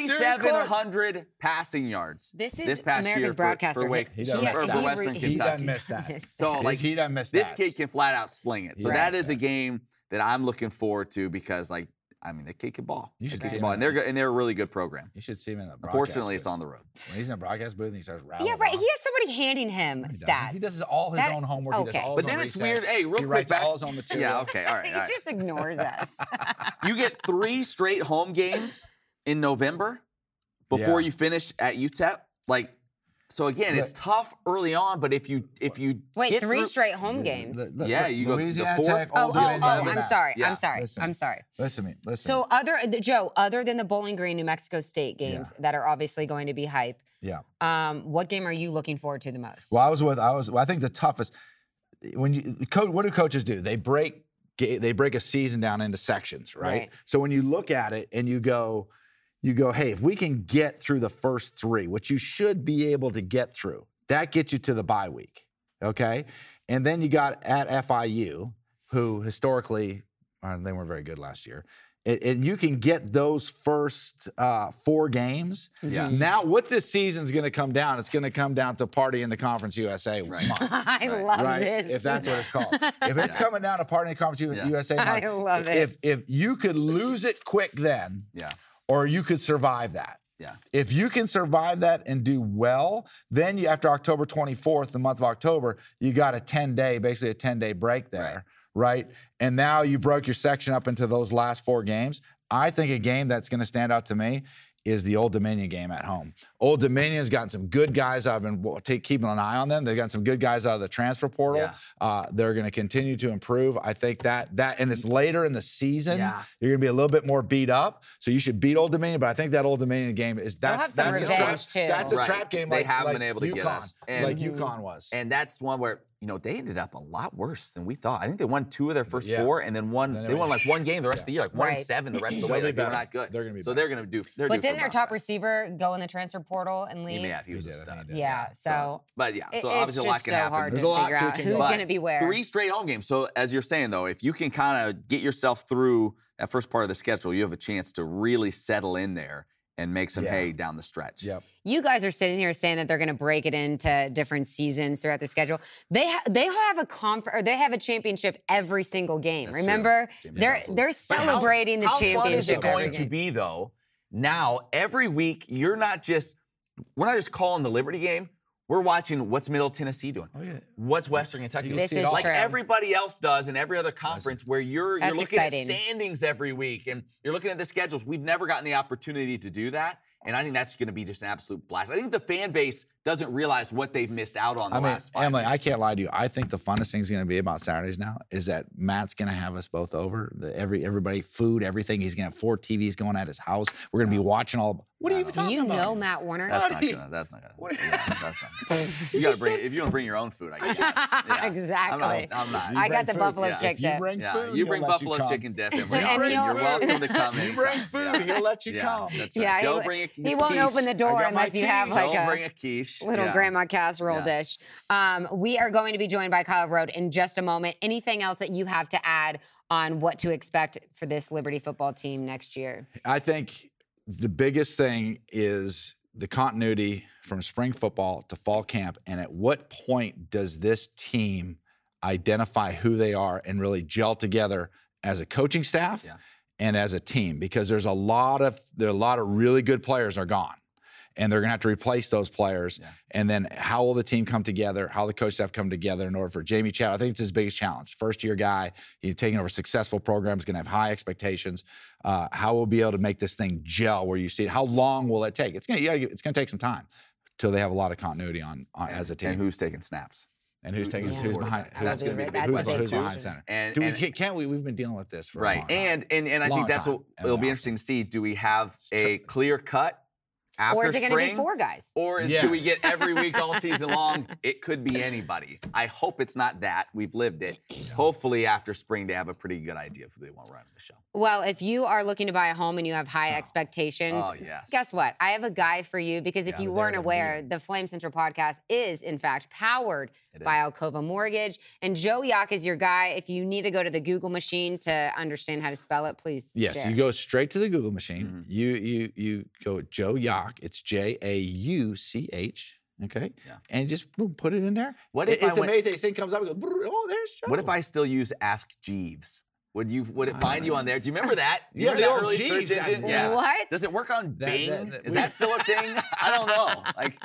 Speaker 3: You serious, Clark?
Speaker 4: 4,700 passing yards.
Speaker 2: This is
Speaker 4: this past year
Speaker 2: America's
Speaker 4: for-
Speaker 2: broadcaster.
Speaker 4: for Wake-
Speaker 3: He done missed
Speaker 4: for
Speaker 3: that.
Speaker 4: Western
Speaker 3: He done
Speaker 4: Kentucky.
Speaker 3: missed that.
Speaker 2: missed
Speaker 4: So
Speaker 2: that.
Speaker 4: like
Speaker 3: he done missed
Speaker 4: this
Speaker 3: that.
Speaker 4: kid can flat out sling it. So
Speaker 3: Right.
Speaker 4: that is a game that I'm looking forward to because, like, I mean, the kid can ball.
Speaker 3: You
Speaker 4: The
Speaker 3: should
Speaker 4: kid
Speaker 3: see
Speaker 4: can
Speaker 3: him
Speaker 4: ball,
Speaker 3: in
Speaker 4: and
Speaker 3: the-
Speaker 4: they're go- and they're a really good program.
Speaker 3: You should see him in the broadcast.
Speaker 4: Unfortunately,
Speaker 3: booth.
Speaker 4: it's on the road.
Speaker 3: When he's in the broadcast booth and he starts rattling.
Speaker 2: yeah, right. He
Speaker 3: off,
Speaker 2: has somebody handing him
Speaker 3: he does it.
Speaker 2: stats.
Speaker 3: He does all his
Speaker 2: That-
Speaker 3: own homework. He does
Speaker 2: okay.
Speaker 3: all his
Speaker 4: But then
Speaker 3: own
Speaker 4: it's
Speaker 3: research.
Speaker 4: weird. Hey, real
Speaker 3: he
Speaker 4: quick,
Speaker 3: writes
Speaker 4: back-
Speaker 3: all his own material.
Speaker 4: Yeah. Okay. All right.
Speaker 2: he
Speaker 4: all right.
Speaker 2: just ignores us.
Speaker 4: You get three straight home games in November before
Speaker 3: Yeah.
Speaker 4: you finish at UTEP. Like, so again, it's
Speaker 3: But-
Speaker 4: tough early on, but if you if you
Speaker 2: Wait,
Speaker 4: get
Speaker 2: three
Speaker 4: through-
Speaker 2: straight home games.
Speaker 3: Look, look,
Speaker 4: Yeah,
Speaker 3: look,
Speaker 4: you go the
Speaker 3: Louisiana
Speaker 4: fourth-
Speaker 3: Tech,
Speaker 2: oh,
Speaker 3: Ole
Speaker 2: oh,
Speaker 3: Miss,
Speaker 2: oh, I'm
Speaker 3: Alabama.
Speaker 2: sorry.
Speaker 4: Yeah.
Speaker 2: I'm sorry.
Speaker 3: Listen.
Speaker 2: I'm sorry.
Speaker 3: Listen to me. Listen.
Speaker 2: So, other uh, the- Joe, other than the Bowling Green, New Mexico State games that are obviously going to be hype,
Speaker 3: yeah.
Speaker 2: um, what game are you looking forward to the most?
Speaker 3: Well, I was with. I was. I think the toughest. When you coach, what do coaches do? They break. ga- They break a season down into sections, right?
Speaker 2: Right.
Speaker 3: So when you look at it and you go, you go, hey, if we can get through the first three, which you should be able to get through, that gets you to the bye week, okay? And then you got at FIU, who historically uh, they weren't very good last year. And, and you can get those first uh, four games.
Speaker 4: Yeah.
Speaker 3: Now, what this season's going to come down, it's going to come down to party in the Conference USA
Speaker 4: Right.
Speaker 3: month,
Speaker 2: I
Speaker 4: Right,
Speaker 2: love
Speaker 3: right?
Speaker 2: this.
Speaker 3: If that's what it's called. if it's coming down to party in the Conference U-
Speaker 4: Yeah.
Speaker 3: USA
Speaker 2: I
Speaker 3: month,
Speaker 2: love it.
Speaker 3: if if you could lose it quick then,
Speaker 4: Yeah.
Speaker 3: or you could survive that.
Speaker 4: Yeah.
Speaker 3: If you can survive that and do well, then you after October 24th, the month of October, you got a 10 day, basically a 10 day break there, right? And now you broke your section up into those last four games. I think a game that's going to stand out to me is the Old Dominion game at home. Old Dominion's gotten some good guys. I've been wa- take, keeping an eye on them. They've gotten some good guys out of the transfer portal.
Speaker 4: Yeah.
Speaker 3: Uh, they're going to continue to improve. I think that that and it's later in the season.
Speaker 4: Yeah.
Speaker 3: You're going to be a little bit more beat up, so you should beat Old Dominion. But I think that Old Dominion game is that's
Speaker 2: have some
Speaker 3: that's
Speaker 2: revenge,
Speaker 3: a trap,
Speaker 2: too.
Speaker 3: That's a
Speaker 4: Right.
Speaker 3: trap game.
Speaker 4: They
Speaker 3: like,
Speaker 4: haven't
Speaker 3: like
Speaker 4: been able to
Speaker 3: UConn,
Speaker 4: get us. And-
Speaker 3: like
Speaker 2: Mhm.
Speaker 3: UConn was.
Speaker 4: And that's one where, you know, they ended up a lot worse than we thought. I think they won two of their first
Speaker 3: Yeah.
Speaker 4: four and then one
Speaker 3: Then they
Speaker 4: they won
Speaker 3: went-
Speaker 4: like one game the rest of the year, like one and
Speaker 2: Right.
Speaker 4: seven the rest of the
Speaker 3: They'll
Speaker 4: way.
Speaker 3: be
Speaker 4: Like, they were
Speaker 3: better.
Speaker 4: not good.
Speaker 3: They're gonna be
Speaker 4: so
Speaker 3: better.
Speaker 4: they're gonna do they're
Speaker 2: but
Speaker 4: due for
Speaker 2: didn't
Speaker 4: a
Speaker 2: their
Speaker 4: bounce
Speaker 2: top
Speaker 4: back.
Speaker 2: receiver go in the transfer portal and
Speaker 4: He
Speaker 2: leave?
Speaker 4: may have. He was
Speaker 3: He
Speaker 4: a
Speaker 3: did, I
Speaker 4: stud.
Speaker 3: think he did.
Speaker 2: yeah, so
Speaker 4: But yeah,
Speaker 2: it-
Speaker 4: uh, so
Speaker 2: it's
Speaker 4: obviously a lot
Speaker 2: just
Speaker 4: can
Speaker 2: so
Speaker 4: happen.
Speaker 2: hard to
Speaker 3: There's a lot
Speaker 2: figure out
Speaker 3: that can
Speaker 2: who's
Speaker 3: go
Speaker 4: on.
Speaker 2: going to be where.
Speaker 4: Three straight home games. So as you're saying though, if you can kind of get yourself through that first part of the schedule, you have a chance to really settle in there and make some
Speaker 3: Yeah.
Speaker 4: hay down the stretch.
Speaker 3: yep.
Speaker 2: you guys are sitting here saying that they're going to break it into different seasons throughout the schedule. They ha- they have a conf- or they have a championship every single game.
Speaker 4: That's true.
Speaker 2: Remember,
Speaker 4: Jimmy
Speaker 2: they're
Speaker 4: Johnson.
Speaker 2: they're
Speaker 4: But how-
Speaker 2: celebrating the
Speaker 4: how
Speaker 2: championship.
Speaker 4: fun is it
Speaker 3: championship
Speaker 4: going
Speaker 2: every
Speaker 4: to
Speaker 2: game.
Speaker 4: be though? Now every week you're not just we're not just calling the Liberty game. We're watching what's Middle Tennessee doing.
Speaker 3: Oh, yeah.
Speaker 4: What's Western Kentucky?
Speaker 3: You
Speaker 4: doing?
Speaker 2: This
Speaker 3: see it
Speaker 2: is
Speaker 3: all.
Speaker 4: like
Speaker 2: true.
Speaker 4: everybody else does in every other conference where you're
Speaker 2: That's
Speaker 4: you're looking
Speaker 2: exciting.
Speaker 4: at standings every week and you're looking at the schedules. We've never gotten the opportunity to do that. And I think that's going to be just an absolute blast. I think the fan base doesn't realize what they've missed out on the
Speaker 3: I mean,
Speaker 4: last five
Speaker 3: Emily,
Speaker 4: years.
Speaker 3: I can't lie to you. I think the funnest thing's going to be about Saturdays now is that Matt's going to have us both over. The, every everybody, food, everything. He's going to have four TVs going at his house. We're going to be watching all. What are you
Speaker 4: Wow.
Speaker 3: even talking
Speaker 2: you
Speaker 3: about?
Speaker 2: know Matt Warner.
Speaker 4: That's not
Speaker 3: Buddy.
Speaker 4: gonna. That's not gonna.
Speaker 3: What-
Speaker 4: yeah, that's not. You gotta bring. If you don't bring your own food, I guess. Yeah. I'm not.
Speaker 2: exactly.
Speaker 4: I'm not.
Speaker 3: You
Speaker 2: I got
Speaker 3: bring
Speaker 2: the
Speaker 3: food,
Speaker 2: buffalo
Speaker 4: yeah.
Speaker 2: chick
Speaker 3: If you
Speaker 2: dip.
Speaker 3: bring
Speaker 4: yeah,
Speaker 3: food,
Speaker 4: you
Speaker 3: he'll
Speaker 4: bring
Speaker 3: let you
Speaker 4: buffalo
Speaker 3: come.
Speaker 4: chicken dip in.
Speaker 2: And
Speaker 4: Wisconsin.
Speaker 2: he'll-
Speaker 4: You're welcome to come in.
Speaker 3: You bring food, he'll let you
Speaker 4: yeah,
Speaker 3: come.
Speaker 4: That's right.
Speaker 2: Yeah,
Speaker 4: Joe,
Speaker 2: he-
Speaker 4: bring a
Speaker 2: he won't open the door
Speaker 3: got my
Speaker 2: unless you have
Speaker 3: keys.
Speaker 2: like
Speaker 4: Don't
Speaker 2: a
Speaker 4: bring a quiche.
Speaker 2: little
Speaker 4: yeah.
Speaker 2: grandma casserole
Speaker 4: Yeah.
Speaker 2: dish. Um, we are going to be joined by Kyle Road in just a moment. Anything else that you have to add on what to expect for this Liberty football team next year?
Speaker 3: I think the biggest thing is the continuity from spring football to fall camp. And at what point does this team identify who they are and really gel together as a coaching staff
Speaker 4: Yeah.
Speaker 3: and as a team? Because there's a lot of there are a lot of really good players are gone. And they're gonna have to replace those players.
Speaker 4: Yeah.
Speaker 3: And then how will the team come together? How will the coach staff come together in order for Jamie Chad? I think it's his biggest challenge. First year guy, he's taking over a successful program, is gonna have high expectations uh, how we'll be able to make this thing gel where you see it. How long will it take? It's gonna, you gotta, give- it's gonna take some time till they have a lot of continuity on, on as a team.
Speaker 4: And who's taking snaps?
Speaker 3: And who's
Speaker 4: who-
Speaker 3: taking,
Speaker 2: who's
Speaker 3: who's
Speaker 2: the
Speaker 3: behind,
Speaker 4: quarterback?
Speaker 3: who's,
Speaker 4: That's gonna be a big
Speaker 3: who's,
Speaker 4: question,
Speaker 3: who's
Speaker 4: too.
Speaker 3: behind center?
Speaker 4: And
Speaker 3: Do we,
Speaker 4: and-
Speaker 3: can't, can't we? We've been dealing with this for a
Speaker 4: right.
Speaker 3: long time.
Speaker 4: And and and I
Speaker 3: Long
Speaker 4: think that's
Speaker 3: time.
Speaker 4: what
Speaker 3: And
Speaker 4: it'll
Speaker 3: awesome.
Speaker 4: be interesting to see. Do we have
Speaker 3: It's
Speaker 4: a
Speaker 3: true.
Speaker 4: clear cut after
Speaker 2: or is it going to be
Speaker 4: spring?
Speaker 2: four guys?
Speaker 4: Or is,
Speaker 3: Yes.
Speaker 4: do we get every week all season long? It could be anybody. I hope it's not that. We've lived it. Hopefully, after spring, they have a pretty good idea of who they want running the show.
Speaker 2: Well, if you are looking to buy a home and you have high expectations,
Speaker 4: Oh, yes.
Speaker 2: guess what? I have a guy for you because if
Speaker 3: Yeah,
Speaker 2: you
Speaker 3: they're
Speaker 2: weren't
Speaker 3: the
Speaker 2: aware, the Flame Central podcast is in fact powered
Speaker 4: It
Speaker 2: by
Speaker 4: is.
Speaker 2: Alcova Mortgage. And Joe Yock is your guy. If you need to go to the Google machine to understand how to spell it, please.
Speaker 3: Yes,
Speaker 2: share.
Speaker 3: you go straight to the Google machine.
Speaker 4: Mm-hmm.
Speaker 3: You you you go Joe Yock. It's J A U C H. Okay.
Speaker 4: Yeah.
Speaker 3: And just boom, put it in there.
Speaker 4: What
Speaker 3: It-
Speaker 4: if I
Speaker 3: it's
Speaker 4: went-
Speaker 3: amazing? This thing comes up. And go, brrr, oh, there's Joe.
Speaker 4: What if I still use Ask Jeeves? Would you would it find you on there? Do you remember that? Do you
Speaker 3: Yeah,
Speaker 4: remember
Speaker 3: the
Speaker 4: that
Speaker 3: old
Speaker 4: early
Speaker 3: Jeeves
Speaker 4: search
Speaker 3: app,
Speaker 4: engine?
Speaker 3: yeah.
Speaker 2: What?
Speaker 4: Does it work on
Speaker 3: That-
Speaker 4: Bing?
Speaker 3: that- that-
Speaker 4: Is that still a thing? I don't know. Like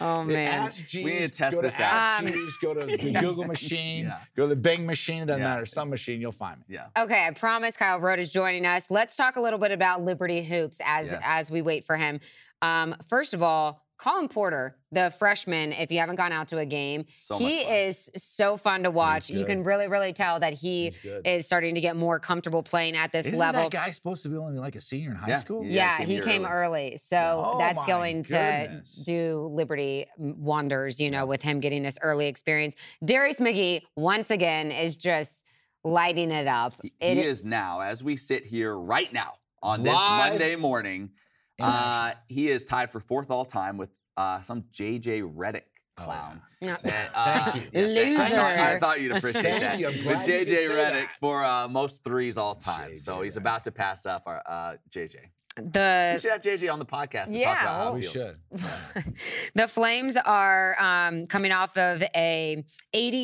Speaker 2: Oh man.
Speaker 3: Ask Jeeves,
Speaker 4: need to test
Speaker 3: go
Speaker 4: this
Speaker 3: to
Speaker 4: out.
Speaker 3: Ask
Speaker 2: Um,
Speaker 3: Jeeves, go to the Google machine,
Speaker 4: Yeah.
Speaker 3: go to the Bing machine, it doesn't
Speaker 4: Yeah.
Speaker 3: matter, some machine, you'll find me.
Speaker 4: yeah.
Speaker 2: Okay, I promise Kyle Rhodes is joining us. Let's talk a little bit about Liberty Hoops as
Speaker 4: Yes.
Speaker 2: as we wait for him. Um, first of all, Colin Porter, the freshman, if you haven't gone out to a game,
Speaker 4: So much
Speaker 2: he
Speaker 4: fun.
Speaker 2: is so fun to watch. You
Speaker 3: good.
Speaker 2: can really, really tell that he
Speaker 3: He's good.
Speaker 2: is starting to get more comfortable playing at this
Speaker 3: Isn't
Speaker 2: level.
Speaker 3: that guy supposed to be only like a senior in high
Speaker 4: Yeah,
Speaker 3: school?
Speaker 4: yeah.
Speaker 2: yeah,
Speaker 4: came
Speaker 2: he
Speaker 4: here
Speaker 2: came early. So
Speaker 3: Oh
Speaker 2: that's
Speaker 3: my
Speaker 2: going
Speaker 3: goodness.
Speaker 2: to do Liberty wonders, you know, with him getting this early experience. Darius McGee, once again, is just lighting it up.
Speaker 4: He,
Speaker 2: It-
Speaker 4: he is now, as we sit here right now on this
Speaker 3: Live.
Speaker 4: Monday morning,
Speaker 3: In
Speaker 4: uh, he is tied for fourth all time with uh, some JJ Reddick
Speaker 3: Oh, yeah.
Speaker 4: clown.
Speaker 2: Yeah.
Speaker 4: That, uh,
Speaker 3: Thank
Speaker 4: yeah, thank- I thought, I
Speaker 2: Loser.
Speaker 4: thought you'd appreciate
Speaker 3: Thank
Speaker 4: that.
Speaker 3: you. I'm
Speaker 4: But
Speaker 3: glad you could
Speaker 4: JJ
Speaker 3: say
Speaker 4: Reddick
Speaker 3: that.
Speaker 4: for uh, most threes all time. so
Speaker 3: JJ
Speaker 4: he's
Speaker 3: Redick.
Speaker 4: about to pass up our uh, JJ.
Speaker 2: the
Speaker 4: We should have JJ on the podcast to
Speaker 2: Yeah, oh,
Speaker 4: talk about how
Speaker 2: well-
Speaker 4: it
Speaker 3: We
Speaker 4: feels.
Speaker 3: Oh, should.
Speaker 2: the Flames are um, coming off of a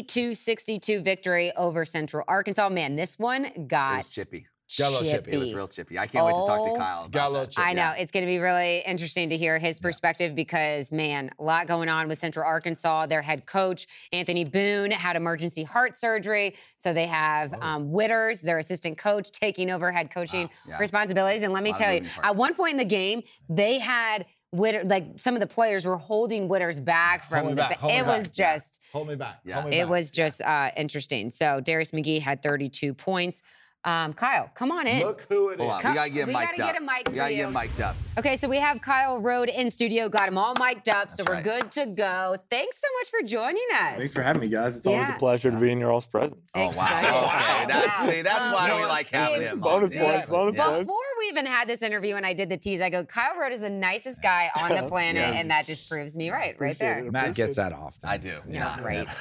Speaker 2: 82-62 victory over Central Arkansas. Man, this one
Speaker 4: It
Speaker 2: got
Speaker 4: was chippy.
Speaker 3: got a little chippy.
Speaker 2: chippy.
Speaker 4: It was real chippy. I can't wait to talk
Speaker 2: Oh.
Speaker 4: to Kyle. About
Speaker 3: Got a little
Speaker 4: that.
Speaker 3: chippy.
Speaker 2: I know it's going to be really interesting to hear his perspective because man, a lot going on with Central Arkansas. Their head coach Anthony Boone had emergency heart surgery, so they have um, Witters, their assistant coach, taking over head coaching
Speaker 4: yeah.
Speaker 2: responsibilities. And let me
Speaker 4: Lot of
Speaker 2: tell you,
Speaker 4: moving
Speaker 2: at
Speaker 4: parts.
Speaker 2: one point in the game, they had. Witter, like some of the players were holding Witters back
Speaker 3: Hold
Speaker 2: from
Speaker 3: me
Speaker 2: the.
Speaker 3: back,
Speaker 2: ba-
Speaker 3: hold me
Speaker 2: it was
Speaker 3: back, yeah.
Speaker 2: just
Speaker 3: Hold me back.
Speaker 4: Yeah.
Speaker 3: Hold me
Speaker 2: it
Speaker 3: back.
Speaker 2: was just uh, interesting. So Darius McGee had 32 points. Um, Kyle, come on in.
Speaker 3: Look who it is.
Speaker 4: Hold on,
Speaker 2: Come-
Speaker 4: we gotta get him
Speaker 2: we
Speaker 4: mic'd
Speaker 2: gotta
Speaker 4: up.
Speaker 2: get him mic'd
Speaker 4: we
Speaker 2: for
Speaker 4: gotta get
Speaker 2: you.
Speaker 4: him mic'd up.
Speaker 2: Okay, so we have Kyle Rode in studio, got him all mic'd up, so
Speaker 4: That's
Speaker 2: we're
Speaker 4: right.
Speaker 2: good to go. Thanks so much for joining us.
Speaker 5: Thanks for having me, guys. It's always
Speaker 2: Yeah.
Speaker 5: a pleasure to be in your all's presence.
Speaker 4: Oh wow.
Speaker 2: Excited.
Speaker 4: Okay, that's
Speaker 2: Wow.
Speaker 4: see, that's
Speaker 2: Um,
Speaker 4: why we
Speaker 2: no,
Speaker 4: like
Speaker 2: see,
Speaker 4: having him. on
Speaker 5: bonus
Speaker 4: here.
Speaker 5: points, bonus
Speaker 4: Yeah.
Speaker 5: points.
Speaker 2: Before we even had this interview and I did the tease, I go, Kyle Rode is the nicest guy on the planet,
Speaker 4: Yeah.
Speaker 2: and that just proves me right, right
Speaker 5: Appreciate
Speaker 2: there.
Speaker 5: it.
Speaker 3: Matt gets that often.
Speaker 4: I do. Yeah.
Speaker 2: great.
Speaker 4: Yeah,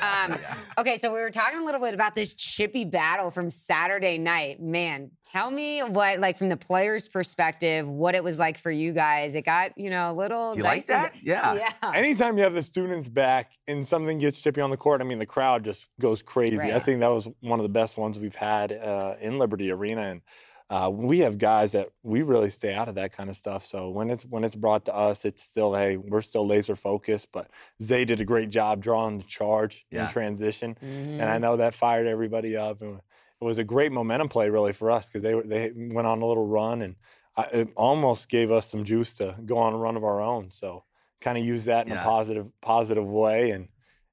Speaker 4: yeah,
Speaker 2: Um,
Speaker 4: yeah.
Speaker 2: Okay, so we were talking a little bit about this chippy battle from Saturday night. Man, tell me what, like, from the players' perspective, what it was like for you guys. It got, you know, a little.
Speaker 4: Do you like
Speaker 2: dicey.
Speaker 4: that? Yeah.
Speaker 2: Yeah.
Speaker 5: Anytime you have the students back and something gets chippy on the court, I mean, the crowd just goes crazy. I
Speaker 2: Right.
Speaker 5: think that was one of the best ones we've had uh, in Liberty Arena. And uh, we have guys that we really stay out of that kind of stuff. So when it's when it's brought to us, it's still hey, we're still laser focused. But Zay did a great job drawing the charge
Speaker 4: Yeah.
Speaker 5: in transition,
Speaker 2: Mm-hmm.
Speaker 5: and I know that fired everybody up. And it was a great momentum play really for us because they were- they went on a little run and I, it almost gave us some juice to go on a run of our own. So kind of use that in
Speaker 4: Yeah.
Speaker 5: a positive positive way and.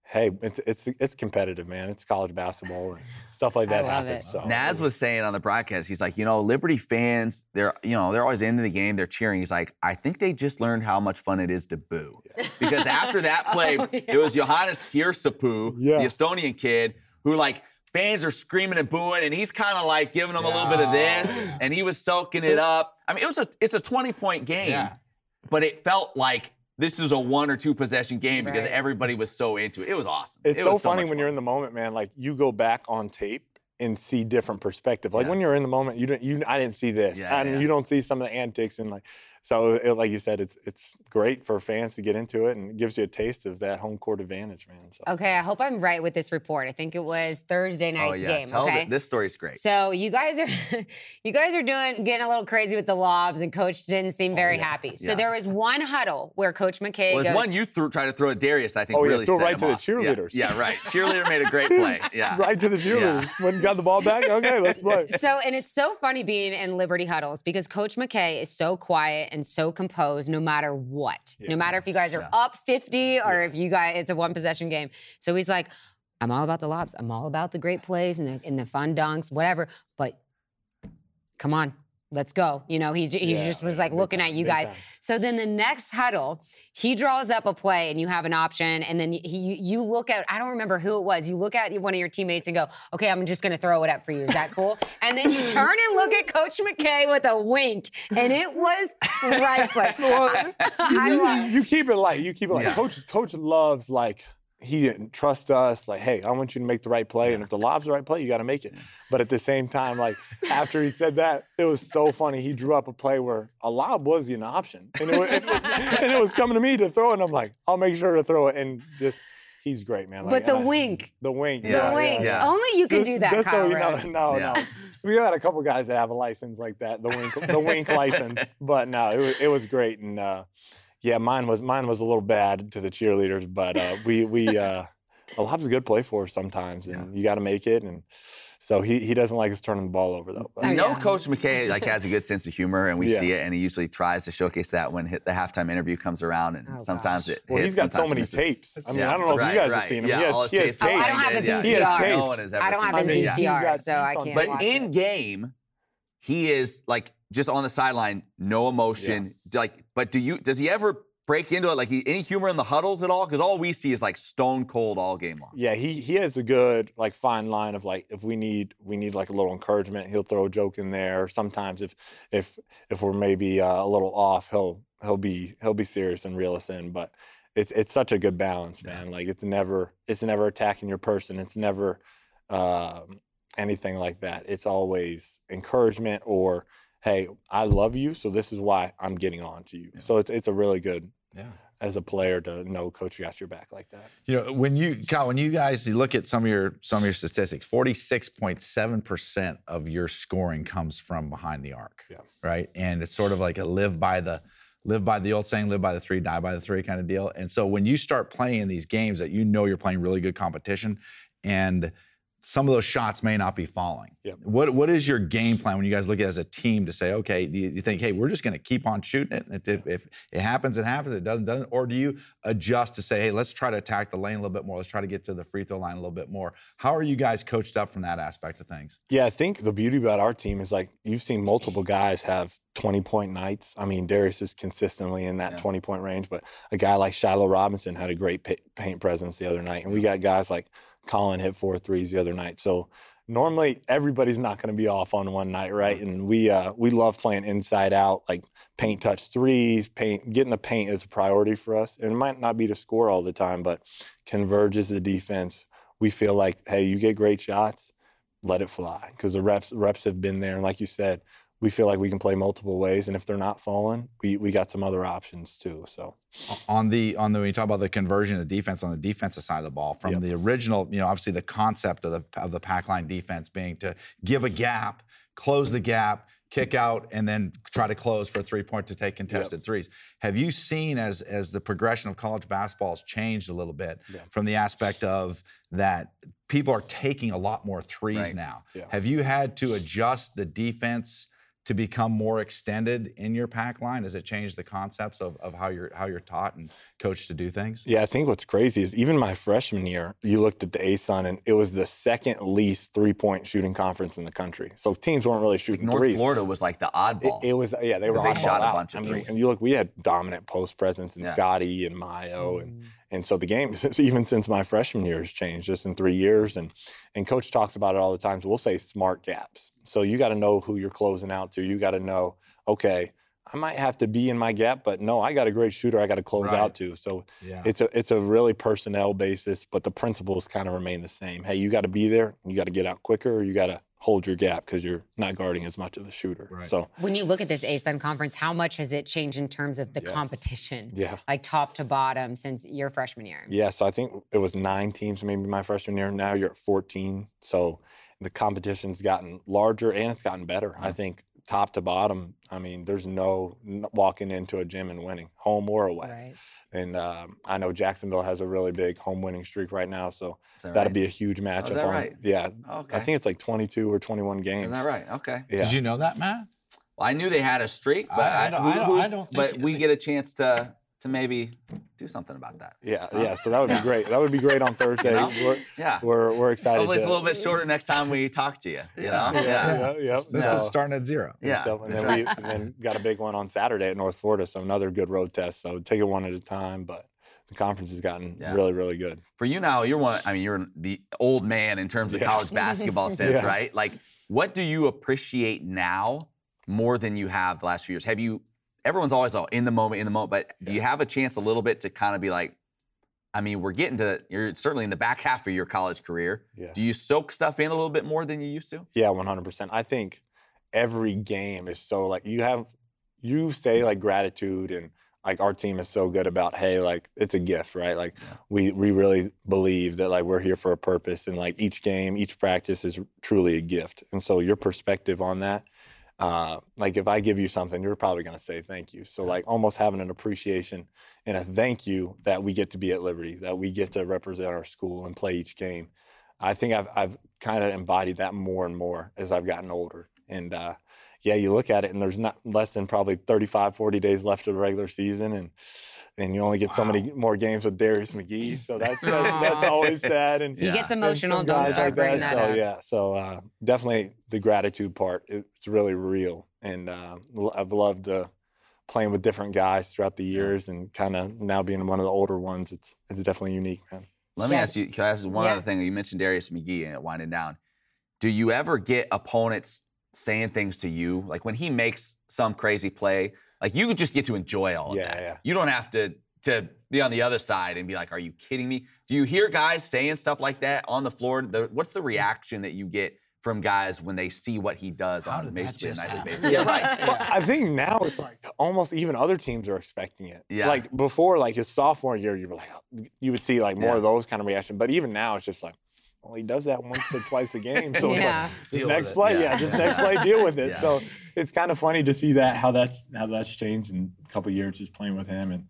Speaker 5: Hey, it's it's it's competitive, man. It's college basketball and stuff like
Speaker 2: I
Speaker 5: that
Speaker 2: love
Speaker 5: happens.
Speaker 2: it.
Speaker 5: So
Speaker 4: Nas was saying on the broadcast, he's like, you know, Liberty fans, they're you know, they're always into the game, they're cheering. He's like, I think they just learned how much fun it is to boo. Because after that play,
Speaker 2: Oh, yeah.
Speaker 4: it was Johannes Kiersapu,
Speaker 5: Yeah.
Speaker 4: the Estonian kid, who like fans are screaming and booing, and he's kind of like giving them a little bit of this, and he was soaking it up. I mean, it was a it's a 20-point game,
Speaker 3: Yeah.
Speaker 4: but it felt like this is a one or two possession game because
Speaker 2: Right.
Speaker 4: everybody was so into it. It was awesome.
Speaker 5: It's
Speaker 4: It
Speaker 5: so
Speaker 4: was
Speaker 5: funny
Speaker 4: much
Speaker 5: when you're
Speaker 4: fun.
Speaker 5: in the moment, man. Like you go back on tape and see different perspective. Like
Speaker 4: Yeah.
Speaker 5: when you're in the moment, you don't. You I didn't see this,
Speaker 4: Yeah,
Speaker 5: and
Speaker 4: yeah.
Speaker 5: you don't see some of the antics and like. So, it, like you said, it's it's great for fans to get into it, and it gives you a taste of that home court advantage, man. So.
Speaker 2: Okay, I hope I'm right with this report. I think it was Thursday
Speaker 4: Oh
Speaker 2: night's
Speaker 4: yeah,
Speaker 2: game.
Speaker 4: tell
Speaker 2: okay.
Speaker 4: th- this story's great.
Speaker 2: So you guys are you guys are doing getting a little crazy with the lobs, and Coach didn't seem very happy. So
Speaker 4: Oh, Yeah.
Speaker 2: there was one huddle where Coach McKay
Speaker 4: Well,
Speaker 2: goes,
Speaker 4: there's one you threw, tried to throw at Darius. that I think
Speaker 5: Oh, yeah,
Speaker 4: really
Speaker 5: throw
Speaker 4: set
Speaker 5: right
Speaker 4: him
Speaker 5: to the
Speaker 4: off. Yeah,
Speaker 5: cheerleaders.
Speaker 4: Yeah, right. Cheerleader made a great play. Yeah.
Speaker 5: Right to the viewers. When got the ball back, okay, let's play.
Speaker 2: so and it's so funny being in Liberty huddles because Coach McKay is so quiet and so composed no matter what. No
Speaker 5: Yeah.
Speaker 2: matter if you guys are
Speaker 4: Yeah.
Speaker 2: up 50 or if you guys it's a one possession game. So he's like, I'm all about the lobs. I'm all about the great plays and the and the fun dunks, whatever. But come on, let's go. You know, he, j- he
Speaker 5: Yeah,
Speaker 2: just was
Speaker 5: yeah,
Speaker 2: like
Speaker 5: big
Speaker 2: looking
Speaker 5: time,
Speaker 2: at you
Speaker 5: big
Speaker 2: guys.
Speaker 5: time.
Speaker 2: So then the next huddle, he draws up a play and you have an option. And then he, you, you look at, I don't remember who it was, you look at one of your teammates and go, okay, I'm just going to throw it up for you. Is that cool? and then you turn and look at Coach McKay with a wink. And it was priceless.
Speaker 5: Well,
Speaker 2: I love-
Speaker 5: you keep it light. You keep it light.
Speaker 4: Yeah.
Speaker 5: Coach, coach loves like he didn't trust us. Like, hey, I want you to make the right play, and if the lob's the right play, you got to make it. But at the same time, like after he said that, it was so funny. He drew up a play where a lob was an option, and it was, and it was, and it was coming to me to throw, it, and I'm like, I'll make sure to throw it, and just he's great, man. Like,
Speaker 2: but the
Speaker 5: and I-
Speaker 2: wink,
Speaker 5: the wink,
Speaker 4: The Yeah,
Speaker 2: the wink.
Speaker 4: yeah.
Speaker 2: Only you can do that,
Speaker 5: just
Speaker 2: Kyle
Speaker 5: so you know,
Speaker 2: Rose.
Speaker 5: no,
Speaker 4: Yeah.
Speaker 5: no. We had a couple guys that have a license like that, the wink, the wink license. But no, it was, it was great, and uh, yeah, mine was mine was a little bad to the cheerleaders, but uh, we we uh, a lob's a good play for us sometimes, and you got to make it. And so he he doesn't like us turning the ball over though. But
Speaker 4: You know,
Speaker 2: Oh, yeah.
Speaker 4: Coach McKay like has a good sense of humor, and we
Speaker 5: Yeah.
Speaker 4: see it, and he usually tries to showcase that when hit the halftime interview comes around, and
Speaker 2: Oh,
Speaker 4: sometimes
Speaker 2: gosh.
Speaker 4: it.
Speaker 5: well,
Speaker 4: hits,
Speaker 5: he's got so
Speaker 4: sometimes
Speaker 5: many
Speaker 4: misses.
Speaker 5: tapes. I mean,
Speaker 4: Yeah,
Speaker 5: I don't know
Speaker 4: right,
Speaker 5: if you guys
Speaker 4: right.
Speaker 5: have seen him.
Speaker 4: Yeah,
Speaker 5: he
Speaker 4: all
Speaker 5: has,
Speaker 4: his
Speaker 5: he has
Speaker 4: tapes are
Speaker 5: tapes.
Speaker 2: Oh, I don't have a
Speaker 4: Yeah,
Speaker 5: He has
Speaker 2: VCR.
Speaker 5: tapes.
Speaker 4: No one has ever
Speaker 2: I don't
Speaker 4: seen
Speaker 2: have a
Speaker 4: that. Yeah.
Speaker 5: VCR.
Speaker 2: VCR,
Speaker 5: He's got
Speaker 2: so I
Speaker 5: tapes on
Speaker 2: can't
Speaker 4: But
Speaker 5: tape.
Speaker 2: watch it.
Speaker 4: in game, he is like just on the sideline, no emotion. Like, but do you? Does he ever break into it? Like, he, any humor in the huddles at all? Because all we see is like stone cold all game long.
Speaker 5: Yeah, he he has a good like fine line of like if we need we need like a little encouragement, he'll throw a joke in there. Sometimes if if if we're maybe uh, a little off, he'll he'll be he'll be serious and reel us in. But it's it's such a good balance, man. Like it's never it's never attacking your person. It's never um, anything like that. It's always encouragement or hey, I love you, so this is why I'm getting on to you. So it's it's a really good
Speaker 3: Yeah.
Speaker 5: as a player to know coach got your back like that.
Speaker 3: You know, when you Kyle, when you guys look at some of your some of your statistics, forty six point seven percent of your scoring comes from behind the arc.
Speaker 5: Yeah.
Speaker 3: Right, and it's sort of like a live by the live by the old saying, live by the three, die by the three kind of deal. And so when you start playing these games that you know you're playing really good competition, and some of those shots may not be falling.
Speaker 5: Yep.
Speaker 3: What what is your game plan when you guys look at it as a team to say, okay, do you, you think, hey, we're just going to keep on shooting it, and if, if, if it happens, it happens. It doesn't, doesn't. Or do you adjust to say, hey, let's try to attack the lane a little bit more. Let's try to get to the free throw line a little bit more. How are you guys coached up from that aspect of things?
Speaker 5: Yeah, I think the beauty about our team is like you've seen multiple guys have 20 point nights. I mean, Darius is consistently in that
Speaker 4: Yeah.
Speaker 5: 20 point range, but a guy like Shiloh Robinson had a great pa- paint presence the other night. And we got guys like Colin hit four threes the other night. So normally everybody's not going to be off on one night, right? And we uh, we love playing inside out, like paint touch threes, paint getting the paint is a priority for us. And it might not be to score all the time, but converges the defense. We feel like, hey, you get great shots let it fly because the reps reps have been there and like you said we feel like we can play multiple ways and if they're not falling we, we got some other options too so
Speaker 3: on the on the when you talk about the conversion of the defense on the defensive side of the ball from
Speaker 5: Yep.
Speaker 3: the original, you know, obviously the concept of the of the pack line defense being to give a gap, close the gap, kick out, and then try to close for a three point to take contested threes. Have you seen as as the progression of college basketball has changed a little bit from the aspect of that people are taking a lot more threes
Speaker 4: Right.
Speaker 3: now?
Speaker 5: Yeah.
Speaker 3: Have you had to adjust the defense? To become more extended in your pack line, has it changed the concepts of, of how you're how you're taught and coached to do things?
Speaker 5: Yeah, I think what's crazy is even my freshman year, you looked at the ASUN and it was the second least three point shooting conference in the country. So teams weren't really shooting
Speaker 4: North
Speaker 5: threes.
Speaker 4: Florida was like the
Speaker 5: It,
Speaker 4: oddball.
Speaker 5: it was yeah, they were
Speaker 4: 'Cause they
Speaker 5: all
Speaker 4: shot a
Speaker 5: out.
Speaker 4: bunch of
Speaker 5: I mean,
Speaker 4: threes.
Speaker 5: and you look, we had dominant post presence in
Speaker 4: Yeah.
Speaker 5: Scotty and Mayo, and and so the game since- even since my freshman year has changed just in three years, and and coach talks about it all the time. So we'll say smart gaps. So you got to know who you're closing out to. You got to know okay. I might have to be in my gap, but no, I got a great shooter. I got to close
Speaker 3: Right.
Speaker 5: out to. So
Speaker 3: Yeah.
Speaker 5: it's a it's a really personnel basis, but the principles kind of remain the same. Hey, you got to be there. You got to get out quicker. You got to hold your gap because you're not guarding as much of a shooter.
Speaker 3: Right.
Speaker 5: So
Speaker 2: When you look at this ASUN conference, how much has it changed in terms of the
Speaker 5: Yeah.
Speaker 2: competition,
Speaker 5: yeah,
Speaker 2: like top to bottom, since your freshman year?
Speaker 5: yeah. So I think it was nine teams maybe my freshman year. Now you're at 14. So the competition's gotten larger and it's gotten better. I
Speaker 4: Mm.
Speaker 5: think top to bottom. I mean, there's no n- walking into a gym and winning, home or away.
Speaker 2: Right.
Speaker 5: And um, I know Jacksonville has a really big home winning streak right now, so
Speaker 4: Is that
Speaker 5: that'll
Speaker 4: right?
Speaker 5: be a huge matchup.
Speaker 4: that
Speaker 5: on,
Speaker 4: right?
Speaker 5: Yeah,
Speaker 4: okay.
Speaker 5: I think it's like 22 or 21 games.
Speaker 4: is that right? Okay.
Speaker 5: Yeah.
Speaker 3: Did you know that, Matt?
Speaker 4: Well, I knew they had a streak, but
Speaker 3: I- I don't- I
Speaker 4: who-
Speaker 3: don't-
Speaker 4: who-
Speaker 3: I don't think-
Speaker 4: But we get a chance to to maybe do something about that.
Speaker 5: yeah, yeah. So that would be great. That would be great on Thursday.
Speaker 4: know?
Speaker 5: We're,
Speaker 4: Yeah.
Speaker 5: we're we're excited.
Speaker 4: Hopefully, it's a
Speaker 5: to-
Speaker 4: little bit shorter next time we talk to you. You
Speaker 3: Yeah.
Speaker 4: know? Yeah.
Speaker 5: Yeah, yeah.
Speaker 3: This
Speaker 5: So-
Speaker 3: is starting at zero.
Speaker 4: Yeah.
Speaker 5: So, and
Speaker 4: that's
Speaker 5: then
Speaker 4: right.
Speaker 5: we and then got a big one on Saturday at North Florida. So another good road test. So take it one at a time. But the conference has gotten
Speaker 4: Yeah.
Speaker 5: really, really good.
Speaker 4: For you now, you're one. I mean, you're the old man in terms of
Speaker 5: Yeah.
Speaker 4: college basketball sense,
Speaker 5: Yeah.
Speaker 4: right? Like, what do you appreciate now more than you have the last few years? Have you? Everyone's always all in the moment, in the moment. But do you have a chance a little bit to kind of be like? I mean, we're getting to. You're certainly in the back half of your college career.
Speaker 5: Yeah.
Speaker 4: Do you soak stuff in a little bit more than you used to?
Speaker 5: Yeah, one hundred percent. I think every game is so like you have you say like gratitude and like our team is so good about hey like it's a gift right like
Speaker 4: Yeah.
Speaker 5: we we really believe that like we're here for a purpose and like each game each practice is truly a gift and so your perspective on that uh, like if I give you something you're probably gonna say thank you so like almost having an appreciation and a thank you that we get to be at Liberty that we get to represent our school and play each game I think I've I've kind of embodied that more and more as I've gotten older. And uh, yeah, you look at it and there's not less than probably 35, 40 days left of the regular season and and you only get so many more games with Darius McGee. So that's that's, that's
Speaker 2: Aw.
Speaker 5: always sad. And
Speaker 2: He
Speaker 4: Yeah.
Speaker 2: gets
Speaker 5: and
Speaker 2: emotional.
Speaker 5: some
Speaker 2: Don't
Speaker 5: guys
Speaker 2: start
Speaker 5: like
Speaker 2: bringing that,
Speaker 5: so,
Speaker 2: up.
Speaker 5: Yeah, so uh, definitely the gratitude part. it- it's really real, and uh, l- I've loved uh, playing with different guys throughout the years, and kind of now being one of the older ones. It's it's definitely unique, man.
Speaker 4: Let me
Speaker 2: Yes.
Speaker 4: ask you, can I ask one
Speaker 2: Yeah.
Speaker 4: other thing? You mentioned Darius McGee and it winding down. Do you ever get opponents saying things to you? Like when he makes some crazy play, like you just get to enjoy all of
Speaker 5: Yeah,
Speaker 4: that.
Speaker 5: yeah.
Speaker 4: You don't have to to be on the other side and be like, are you kidding me? Do you hear guys saying stuff like that on the floor? The, what's the reaction that you get from guys when they see what he does
Speaker 3: How
Speaker 4: on
Speaker 3: did that
Speaker 4: basically a
Speaker 3: just
Speaker 4: nightly
Speaker 3: happen?
Speaker 4: basis? Yeah, right.
Speaker 5: Well, I think now it's like almost even other teams are expecting it.
Speaker 4: Yeah.
Speaker 5: Like before, like his sophomore year, you were like, "Oh," you would see like more
Speaker 4: Yeah.
Speaker 5: of those kind of reaction. But even now, it's just like, well, he does that once or twice a game. So it's
Speaker 2: Yeah.
Speaker 5: like, this
Speaker 4: Deal with
Speaker 5: next
Speaker 4: it.
Speaker 5: play,
Speaker 4: Yeah.
Speaker 5: yeah, this
Speaker 4: Yeah.
Speaker 5: next play, deal with it.
Speaker 4: Yeah.
Speaker 5: So it's kind of funny to see that how that's how that's changed in a couple years just playing with him and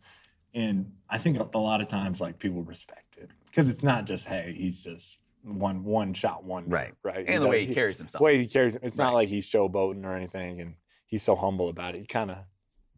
Speaker 5: and I think a lot of times like people respect it because it's not just hey he's just one one shot one
Speaker 4: Right.
Speaker 5: right
Speaker 4: And the way he
Speaker 5: does-
Speaker 4: carries himself.
Speaker 5: way he carries. It's not like he's showboating or anything, and he's so humble about it. He kind of,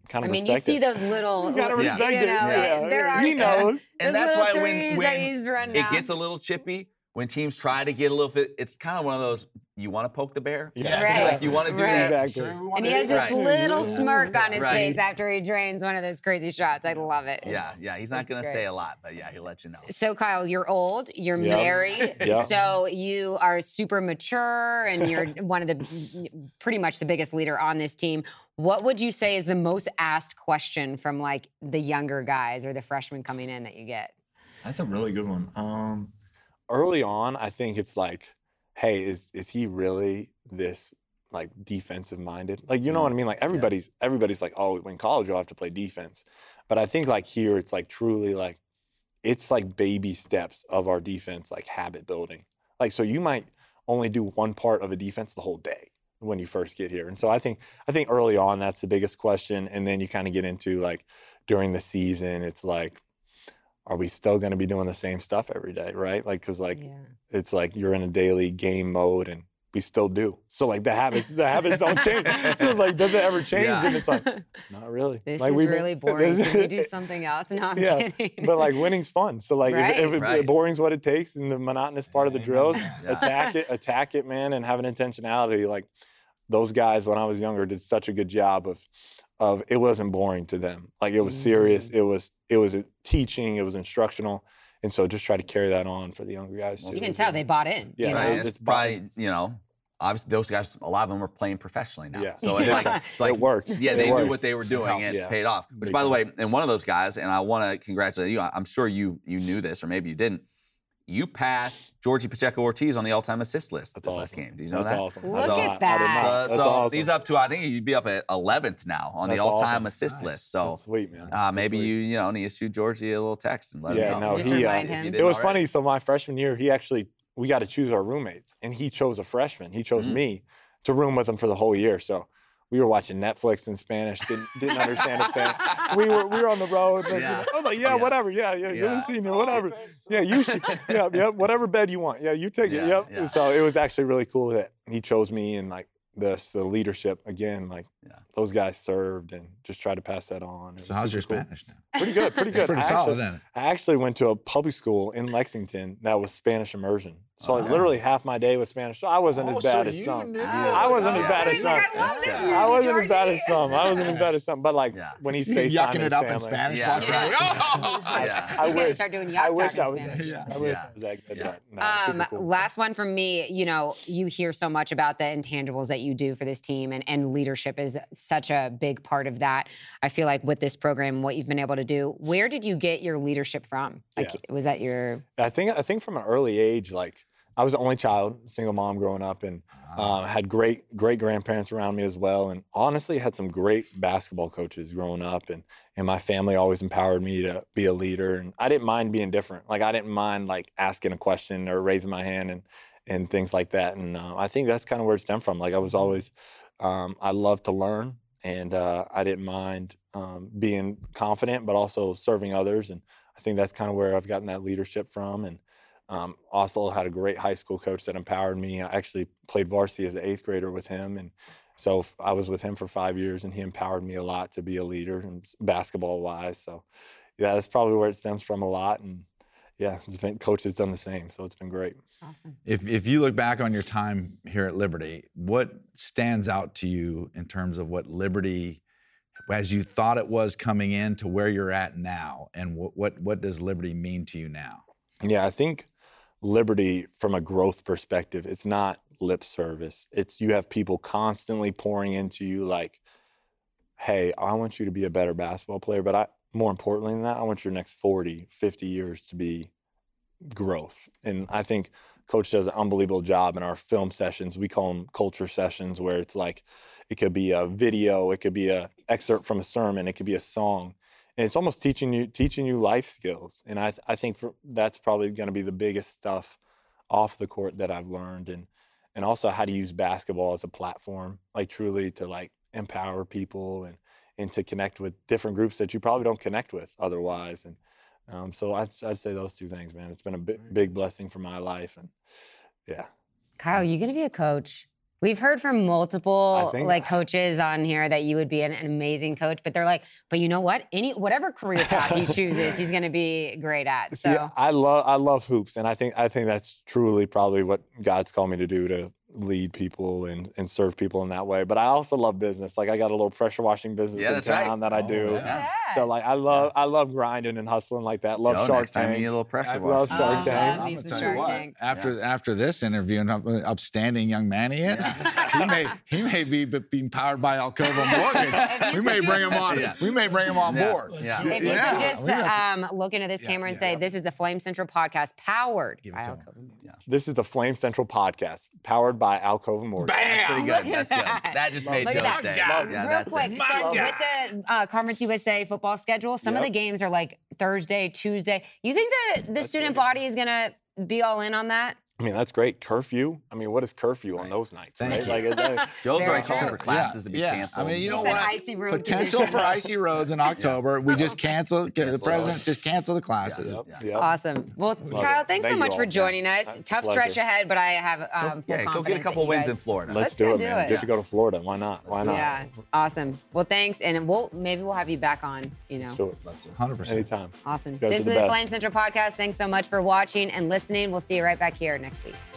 Speaker 5: kind
Speaker 2: I
Speaker 5: of.
Speaker 2: mean, you see those little,
Speaker 5: You gotta
Speaker 2: you
Speaker 5: respect
Speaker 2: know,
Speaker 5: it. Yeah.
Speaker 2: there are
Speaker 5: He
Speaker 2: some-
Speaker 5: knows.
Speaker 4: And
Speaker 2: those
Speaker 4: that's
Speaker 2: little
Speaker 4: why when-
Speaker 2: threes
Speaker 4: when
Speaker 2: that he's run
Speaker 4: it
Speaker 2: down.
Speaker 4: gets a little chippy when teams try to get a little fit. It's kind of one of those you want to poke the bear.
Speaker 5: Yeah.
Speaker 2: Right.
Speaker 4: Like you want to do
Speaker 2: Right.
Speaker 4: that.
Speaker 5: Exactly.
Speaker 2: and he has this
Speaker 4: Right.
Speaker 2: little smirk on his
Speaker 4: Right.
Speaker 2: face after he drains one of those crazy shots. I love it.
Speaker 4: Yeah,
Speaker 2: It's-
Speaker 4: yeah. He's not
Speaker 2: it's
Speaker 4: gonna
Speaker 2: great.
Speaker 4: say a lot, but yeah, he'll let you know.
Speaker 2: So Kyle, you're old, you're
Speaker 5: Yeah.
Speaker 2: married,
Speaker 5: Yeah.
Speaker 2: so you are super mature and you're one of the pretty much the biggest leader on this team. What would you say is the most asked question from like the younger guys or the freshmen coming in that you get?
Speaker 5: That's a really good one. Um, early on, I think it's like, hey, is is he really this like defensive minded? Like, you know what I mean? Like everybody's everybody's like, oh, in college you'll have to play defense, but I think like here it's like truly like, it's like baby steps of our defense, like habit building. Like, so you might only do one part of a defense the whole day. when you first get here. And so I think I think early on that's the biggest question, and then you kind of get into like during the season, it's like, are we still going to be doing the same stuff every day, right? Like because like
Speaker 2: yeah.
Speaker 5: it's like you're in a daily game mode and we still do. So like the habits, the habits don't change. So it's like does it ever change?
Speaker 4: Yeah.
Speaker 5: And it's like not really.
Speaker 2: this
Speaker 5: like,
Speaker 2: is
Speaker 5: we've been-
Speaker 2: really boring.
Speaker 5: this-
Speaker 2: Can we do something else? No, I'm
Speaker 5: Yeah,
Speaker 2: kidding.
Speaker 5: but like winning's fun. So like if, if
Speaker 2: Right.
Speaker 5: it,
Speaker 4: Right.
Speaker 5: boring's what it takes and the monotonous part of the
Speaker 3: Amen.
Speaker 5: drills,
Speaker 4: Yeah.
Speaker 5: attack it, attack it, man, and have an intentionality. Like those guys when I was younger did such a good job of of it wasn't boring to them. Like it was serious.
Speaker 2: Mm-hmm.
Speaker 5: It was it was teaching. It was instructional. And so just try to carry that on for the younger guys too.
Speaker 4: Well,
Speaker 2: you can tell they bought in.
Speaker 5: Yeah,
Speaker 2: you
Speaker 5: right.
Speaker 2: know?
Speaker 4: It's,
Speaker 5: It's probably-
Speaker 4: probably you know, obviously those guys, a lot of them are playing professionally now.
Speaker 5: Yeah.
Speaker 4: So it's
Speaker 2: Yeah.
Speaker 4: like it's like
Speaker 5: it works.
Speaker 4: Yeah,
Speaker 5: It
Speaker 4: they knew
Speaker 5: works.
Speaker 4: what they were doing, and it's
Speaker 5: Yeah.
Speaker 4: paid off. Which,
Speaker 5: Big
Speaker 4: by the way,
Speaker 5: time.
Speaker 4: and one of those guys, and I want to congratulate you. I- I'm sure you you knew this, or maybe you didn't. You passed Georgie Pacheco Ortiz on the all-time assist list
Speaker 5: That's
Speaker 4: this
Speaker 5: awesome.
Speaker 4: last game. Did you know
Speaker 5: That's
Speaker 4: that?
Speaker 5: awesome.
Speaker 2: Look
Speaker 5: I did
Speaker 2: at
Speaker 5: not- I did
Speaker 2: that.
Speaker 5: not.
Speaker 4: So,
Speaker 5: That's
Speaker 4: so
Speaker 5: awesome.
Speaker 4: he's up to I think you'd be up at 11th now on the
Speaker 5: That's
Speaker 4: all-time
Speaker 5: awesome.
Speaker 4: assist
Speaker 3: Nice.
Speaker 4: list. So
Speaker 5: That's sweet, man.
Speaker 4: uh,
Speaker 5: That's
Speaker 4: maybe
Speaker 5: sweet.
Speaker 4: you you know need to shoot Georgie a little text and let
Speaker 5: Yeah,
Speaker 4: him know.
Speaker 5: no, Just he, uh,
Speaker 2: remind
Speaker 4: if you
Speaker 2: him.
Speaker 4: didn't
Speaker 5: It was
Speaker 4: already.
Speaker 5: funny. So my freshman year, he actually we got to choose our roommates, and he chose a freshman. He chose
Speaker 4: Mm.
Speaker 5: me to room with him for the whole year. So we were watching Netflix in Spanish. Didn't didn't understand a thing. We were we were on the road. listening.
Speaker 4: Yeah.
Speaker 5: I was like, yeah,
Speaker 4: Yeah.
Speaker 5: whatever. Yeah, yeah, you're
Speaker 4: Yeah.
Speaker 5: the senior, whatever. Yeah, you should. Yeah, yep. Whatever bed you want. Yeah, you take
Speaker 4: Yeah,
Speaker 5: it. Yep.
Speaker 4: yeah.
Speaker 5: So it was actually really cool that he chose me and like the, the leadership again. Like
Speaker 4: Yeah.
Speaker 5: those guys served and just tried to pass that on. It
Speaker 3: So
Speaker 5: was
Speaker 3: how's your
Speaker 5: super cool.
Speaker 3: Spanish now?
Speaker 5: Pretty good. Pretty
Speaker 3: It's
Speaker 5: good.
Speaker 3: pretty
Speaker 5: I actually-
Speaker 3: solid, isn't it?
Speaker 5: I actually went to a public school in Lexington that was Spanish immersion. So like
Speaker 4: Oh.
Speaker 5: literally half my day was Spanish. So I wasn't
Speaker 3: Oh,
Speaker 5: as bad
Speaker 3: so
Speaker 5: as
Speaker 3: you
Speaker 5: some.
Speaker 3: knew
Speaker 5: I wasn't as
Speaker 4: Yeah.
Speaker 5: bad as
Speaker 4: He's
Speaker 5: some.
Speaker 4: like,
Speaker 2: I love this
Speaker 4: Yeah.
Speaker 2: movie,
Speaker 5: I wasn't as bad
Speaker 2: Georgie.
Speaker 5: as some. I wasn't as bad as some. But like
Speaker 4: Yeah.
Speaker 5: when he's
Speaker 3: You
Speaker 5: FaceTiming
Speaker 3: yucking
Speaker 5: his
Speaker 3: it up in
Speaker 5: family-
Speaker 3: Spanish.
Speaker 4: Yeah.
Speaker 3: watching
Speaker 4: Yeah.
Speaker 3: it. Oh!
Speaker 4: Yeah.
Speaker 5: I
Speaker 2: He's gonna
Speaker 5: wish-
Speaker 2: start doing yacht
Speaker 5: I wish
Speaker 2: talk
Speaker 5: I
Speaker 2: in
Speaker 5: was.
Speaker 2: Spanish.
Speaker 3: Yeah.
Speaker 5: I wish
Speaker 4: Yeah.
Speaker 5: I was that good.
Speaker 4: Yeah.
Speaker 5: but no, it's
Speaker 2: Um,
Speaker 5: super cool.
Speaker 2: last one from me. You know, you hear so much about the intangibles that you do for this team, and, and leadership is such a big part of that. I feel like with this program, what you've been able to do, where did you get your leadership from? Like, was that your
Speaker 5: I think I think from an early age, like I was the only child, single mom growing up, and um, had great great grandparents around me as well. And honestly, had some great basketball coaches growing up, and and my family always empowered me to be a leader. And I didn't mind being different. Like I didn't mind like asking a question or raising my hand and and things like that. And um, I think that's kind of where it stemmed from. Like I was always, um, I love to learn, and uh, I didn't mind um, being confident, but also serving others and I think that's kind of where I've gotten that leadership from. And um, also had a great high school coach that empowered me. I actually played varsity as an eighth grader with him. And so f- I was with him for five years and he empowered me a lot to be a leader and basketball wise. So yeah, that's probably where it stems from a lot. And yeah, it's been, coach has done the same. So it's been great.
Speaker 2: awesome?
Speaker 3: If, if you look back on your time here at Liberty, what stands out to you in terms of what Liberty, as you thought it was coming in to where you're at now, and what what, what does Liberty mean to you now?
Speaker 5: Yeah, I think liberty from a growth perspective, it's not lip service. It's you have people constantly pouring into you like, hey, I want you to be a better basketball player, but I more importantly than that, I want your next 40, 50 years to be growth. And I think coach does an unbelievable job in our film sessions. We call them culture sessions where it's like it could be a video, it could be a excerpt from a sermon, it could be a song and it's almost teaching you teaching you life skills and i th- i think for, that's probably going to be the biggest stuff off the court that i've learned and and also how to use basketball as a platform like truly to like empower people and and to connect with different groups that you probably don't connect with otherwise and um, so I'd, I'd say those two things man it's been a bi- big blessing for my life and yeah
Speaker 2: Kyle, you gonna be a coach? We've heard from multiple
Speaker 5: I think-
Speaker 2: like coaches on here that you would be an, an amazing coach, but they're like, but you know what? Any whatever career path he chooses, he's gonna be great at. So
Speaker 5: See, I love I love hoops, and I think I think that's truly probably what God's called me to do to lead people and and serve people in that way. But I also love business. Like I got a little pressure washing business
Speaker 4: Yeah,
Speaker 5: in
Speaker 4: that's right.
Speaker 5: town that I
Speaker 3: Oh,
Speaker 5: do.
Speaker 3: yeah.
Speaker 5: So like I love I love grinding and hustling like that. Love
Speaker 4: Joe,
Speaker 5: Shark
Speaker 4: next time you need a
Speaker 5: Tank.
Speaker 4: little pressure.
Speaker 5: I love
Speaker 4: wash.
Speaker 5: Shark Tank.
Speaker 2: I'ma tell you what,
Speaker 3: After after this interview and up, upstanding young man he is, he may he may be b- being powered by Alcova
Speaker 2: If
Speaker 3: Mortgage.
Speaker 2: you
Speaker 3: we may
Speaker 2: could
Speaker 3: bring
Speaker 2: just-
Speaker 3: him on.
Speaker 4: Yeah.
Speaker 3: We may bring him on
Speaker 4: Yeah,
Speaker 3: board.
Speaker 4: yeah.
Speaker 2: If you
Speaker 3: Yeah,
Speaker 2: could just
Speaker 3: we
Speaker 2: um, look into this camera and say, this is the Flame Central podcast powered
Speaker 3: Give it
Speaker 2: by
Speaker 3: to him.
Speaker 2: Alcova.
Speaker 5: This is the Flame Central podcast powered by Alcova Mortgage.
Speaker 4: That's pretty
Speaker 2: Oh, Look at
Speaker 4: good. That's
Speaker 2: that.
Speaker 4: good. That just made
Speaker 2: Look
Speaker 4: Joe's
Speaker 2: at that.
Speaker 4: day.
Speaker 2: Real
Speaker 4: that's
Speaker 2: quick,
Speaker 4: it.
Speaker 2: so with the uh, Conference USA football schedule, some of
Speaker 5: Yep.
Speaker 2: the games are like Thursday, Tuesday. You think the, the
Speaker 5: That's
Speaker 2: student
Speaker 5: good.
Speaker 2: body is going to be all in on that?
Speaker 5: I mean, that's great. Curfew. I mean, what is curfew on those nights,
Speaker 3: Thank
Speaker 5: right?
Speaker 3: you.
Speaker 5: Like, uh,
Speaker 4: Joe's
Speaker 2: Very
Speaker 4: already calling
Speaker 2: true.
Speaker 4: for classes to be
Speaker 3: yeah.
Speaker 4: canceled.
Speaker 3: I mean, you know
Speaker 2: It's
Speaker 3: what?
Speaker 2: an icy road to
Speaker 3: Potential
Speaker 2: be-
Speaker 3: for icy roads in October. We just cancel. the
Speaker 4: Cancel those.
Speaker 3: president just cancel the classes.
Speaker 5: yep,
Speaker 4: Yeah.
Speaker 5: yep.
Speaker 2: Awesome. Well,
Speaker 5: Oh. Love
Speaker 2: Kyle,
Speaker 5: it.
Speaker 2: thanks
Speaker 5: Thank
Speaker 2: so
Speaker 5: you
Speaker 2: much
Speaker 5: all.
Speaker 2: for joining us.
Speaker 5: Yeah.
Speaker 2: Tough
Speaker 5: Pleasure.
Speaker 2: stretch ahead, but I have um, full
Speaker 4: yeah, go get a
Speaker 2: confidence
Speaker 4: couple
Speaker 2: that you
Speaker 4: wins
Speaker 2: guys-
Speaker 4: in Florida.
Speaker 5: Let's,
Speaker 2: Let's
Speaker 5: do
Speaker 2: go
Speaker 5: it,
Speaker 2: do
Speaker 5: man.
Speaker 2: it.
Speaker 5: Get to go to Florida. Why not? Why not?
Speaker 2: Yeah, awesome. Well, thanks, and we'll maybe we'll have you back on. You know,
Speaker 5: Let's do it.
Speaker 3: 100%.
Speaker 5: Anytime.
Speaker 2: awesome.
Speaker 5: You guys
Speaker 2: This
Speaker 5: are
Speaker 2: is
Speaker 5: the
Speaker 2: the
Speaker 5: best.
Speaker 2: Flame Central podcast. Thanks so much for watching and listening. We'll see you right back here next week.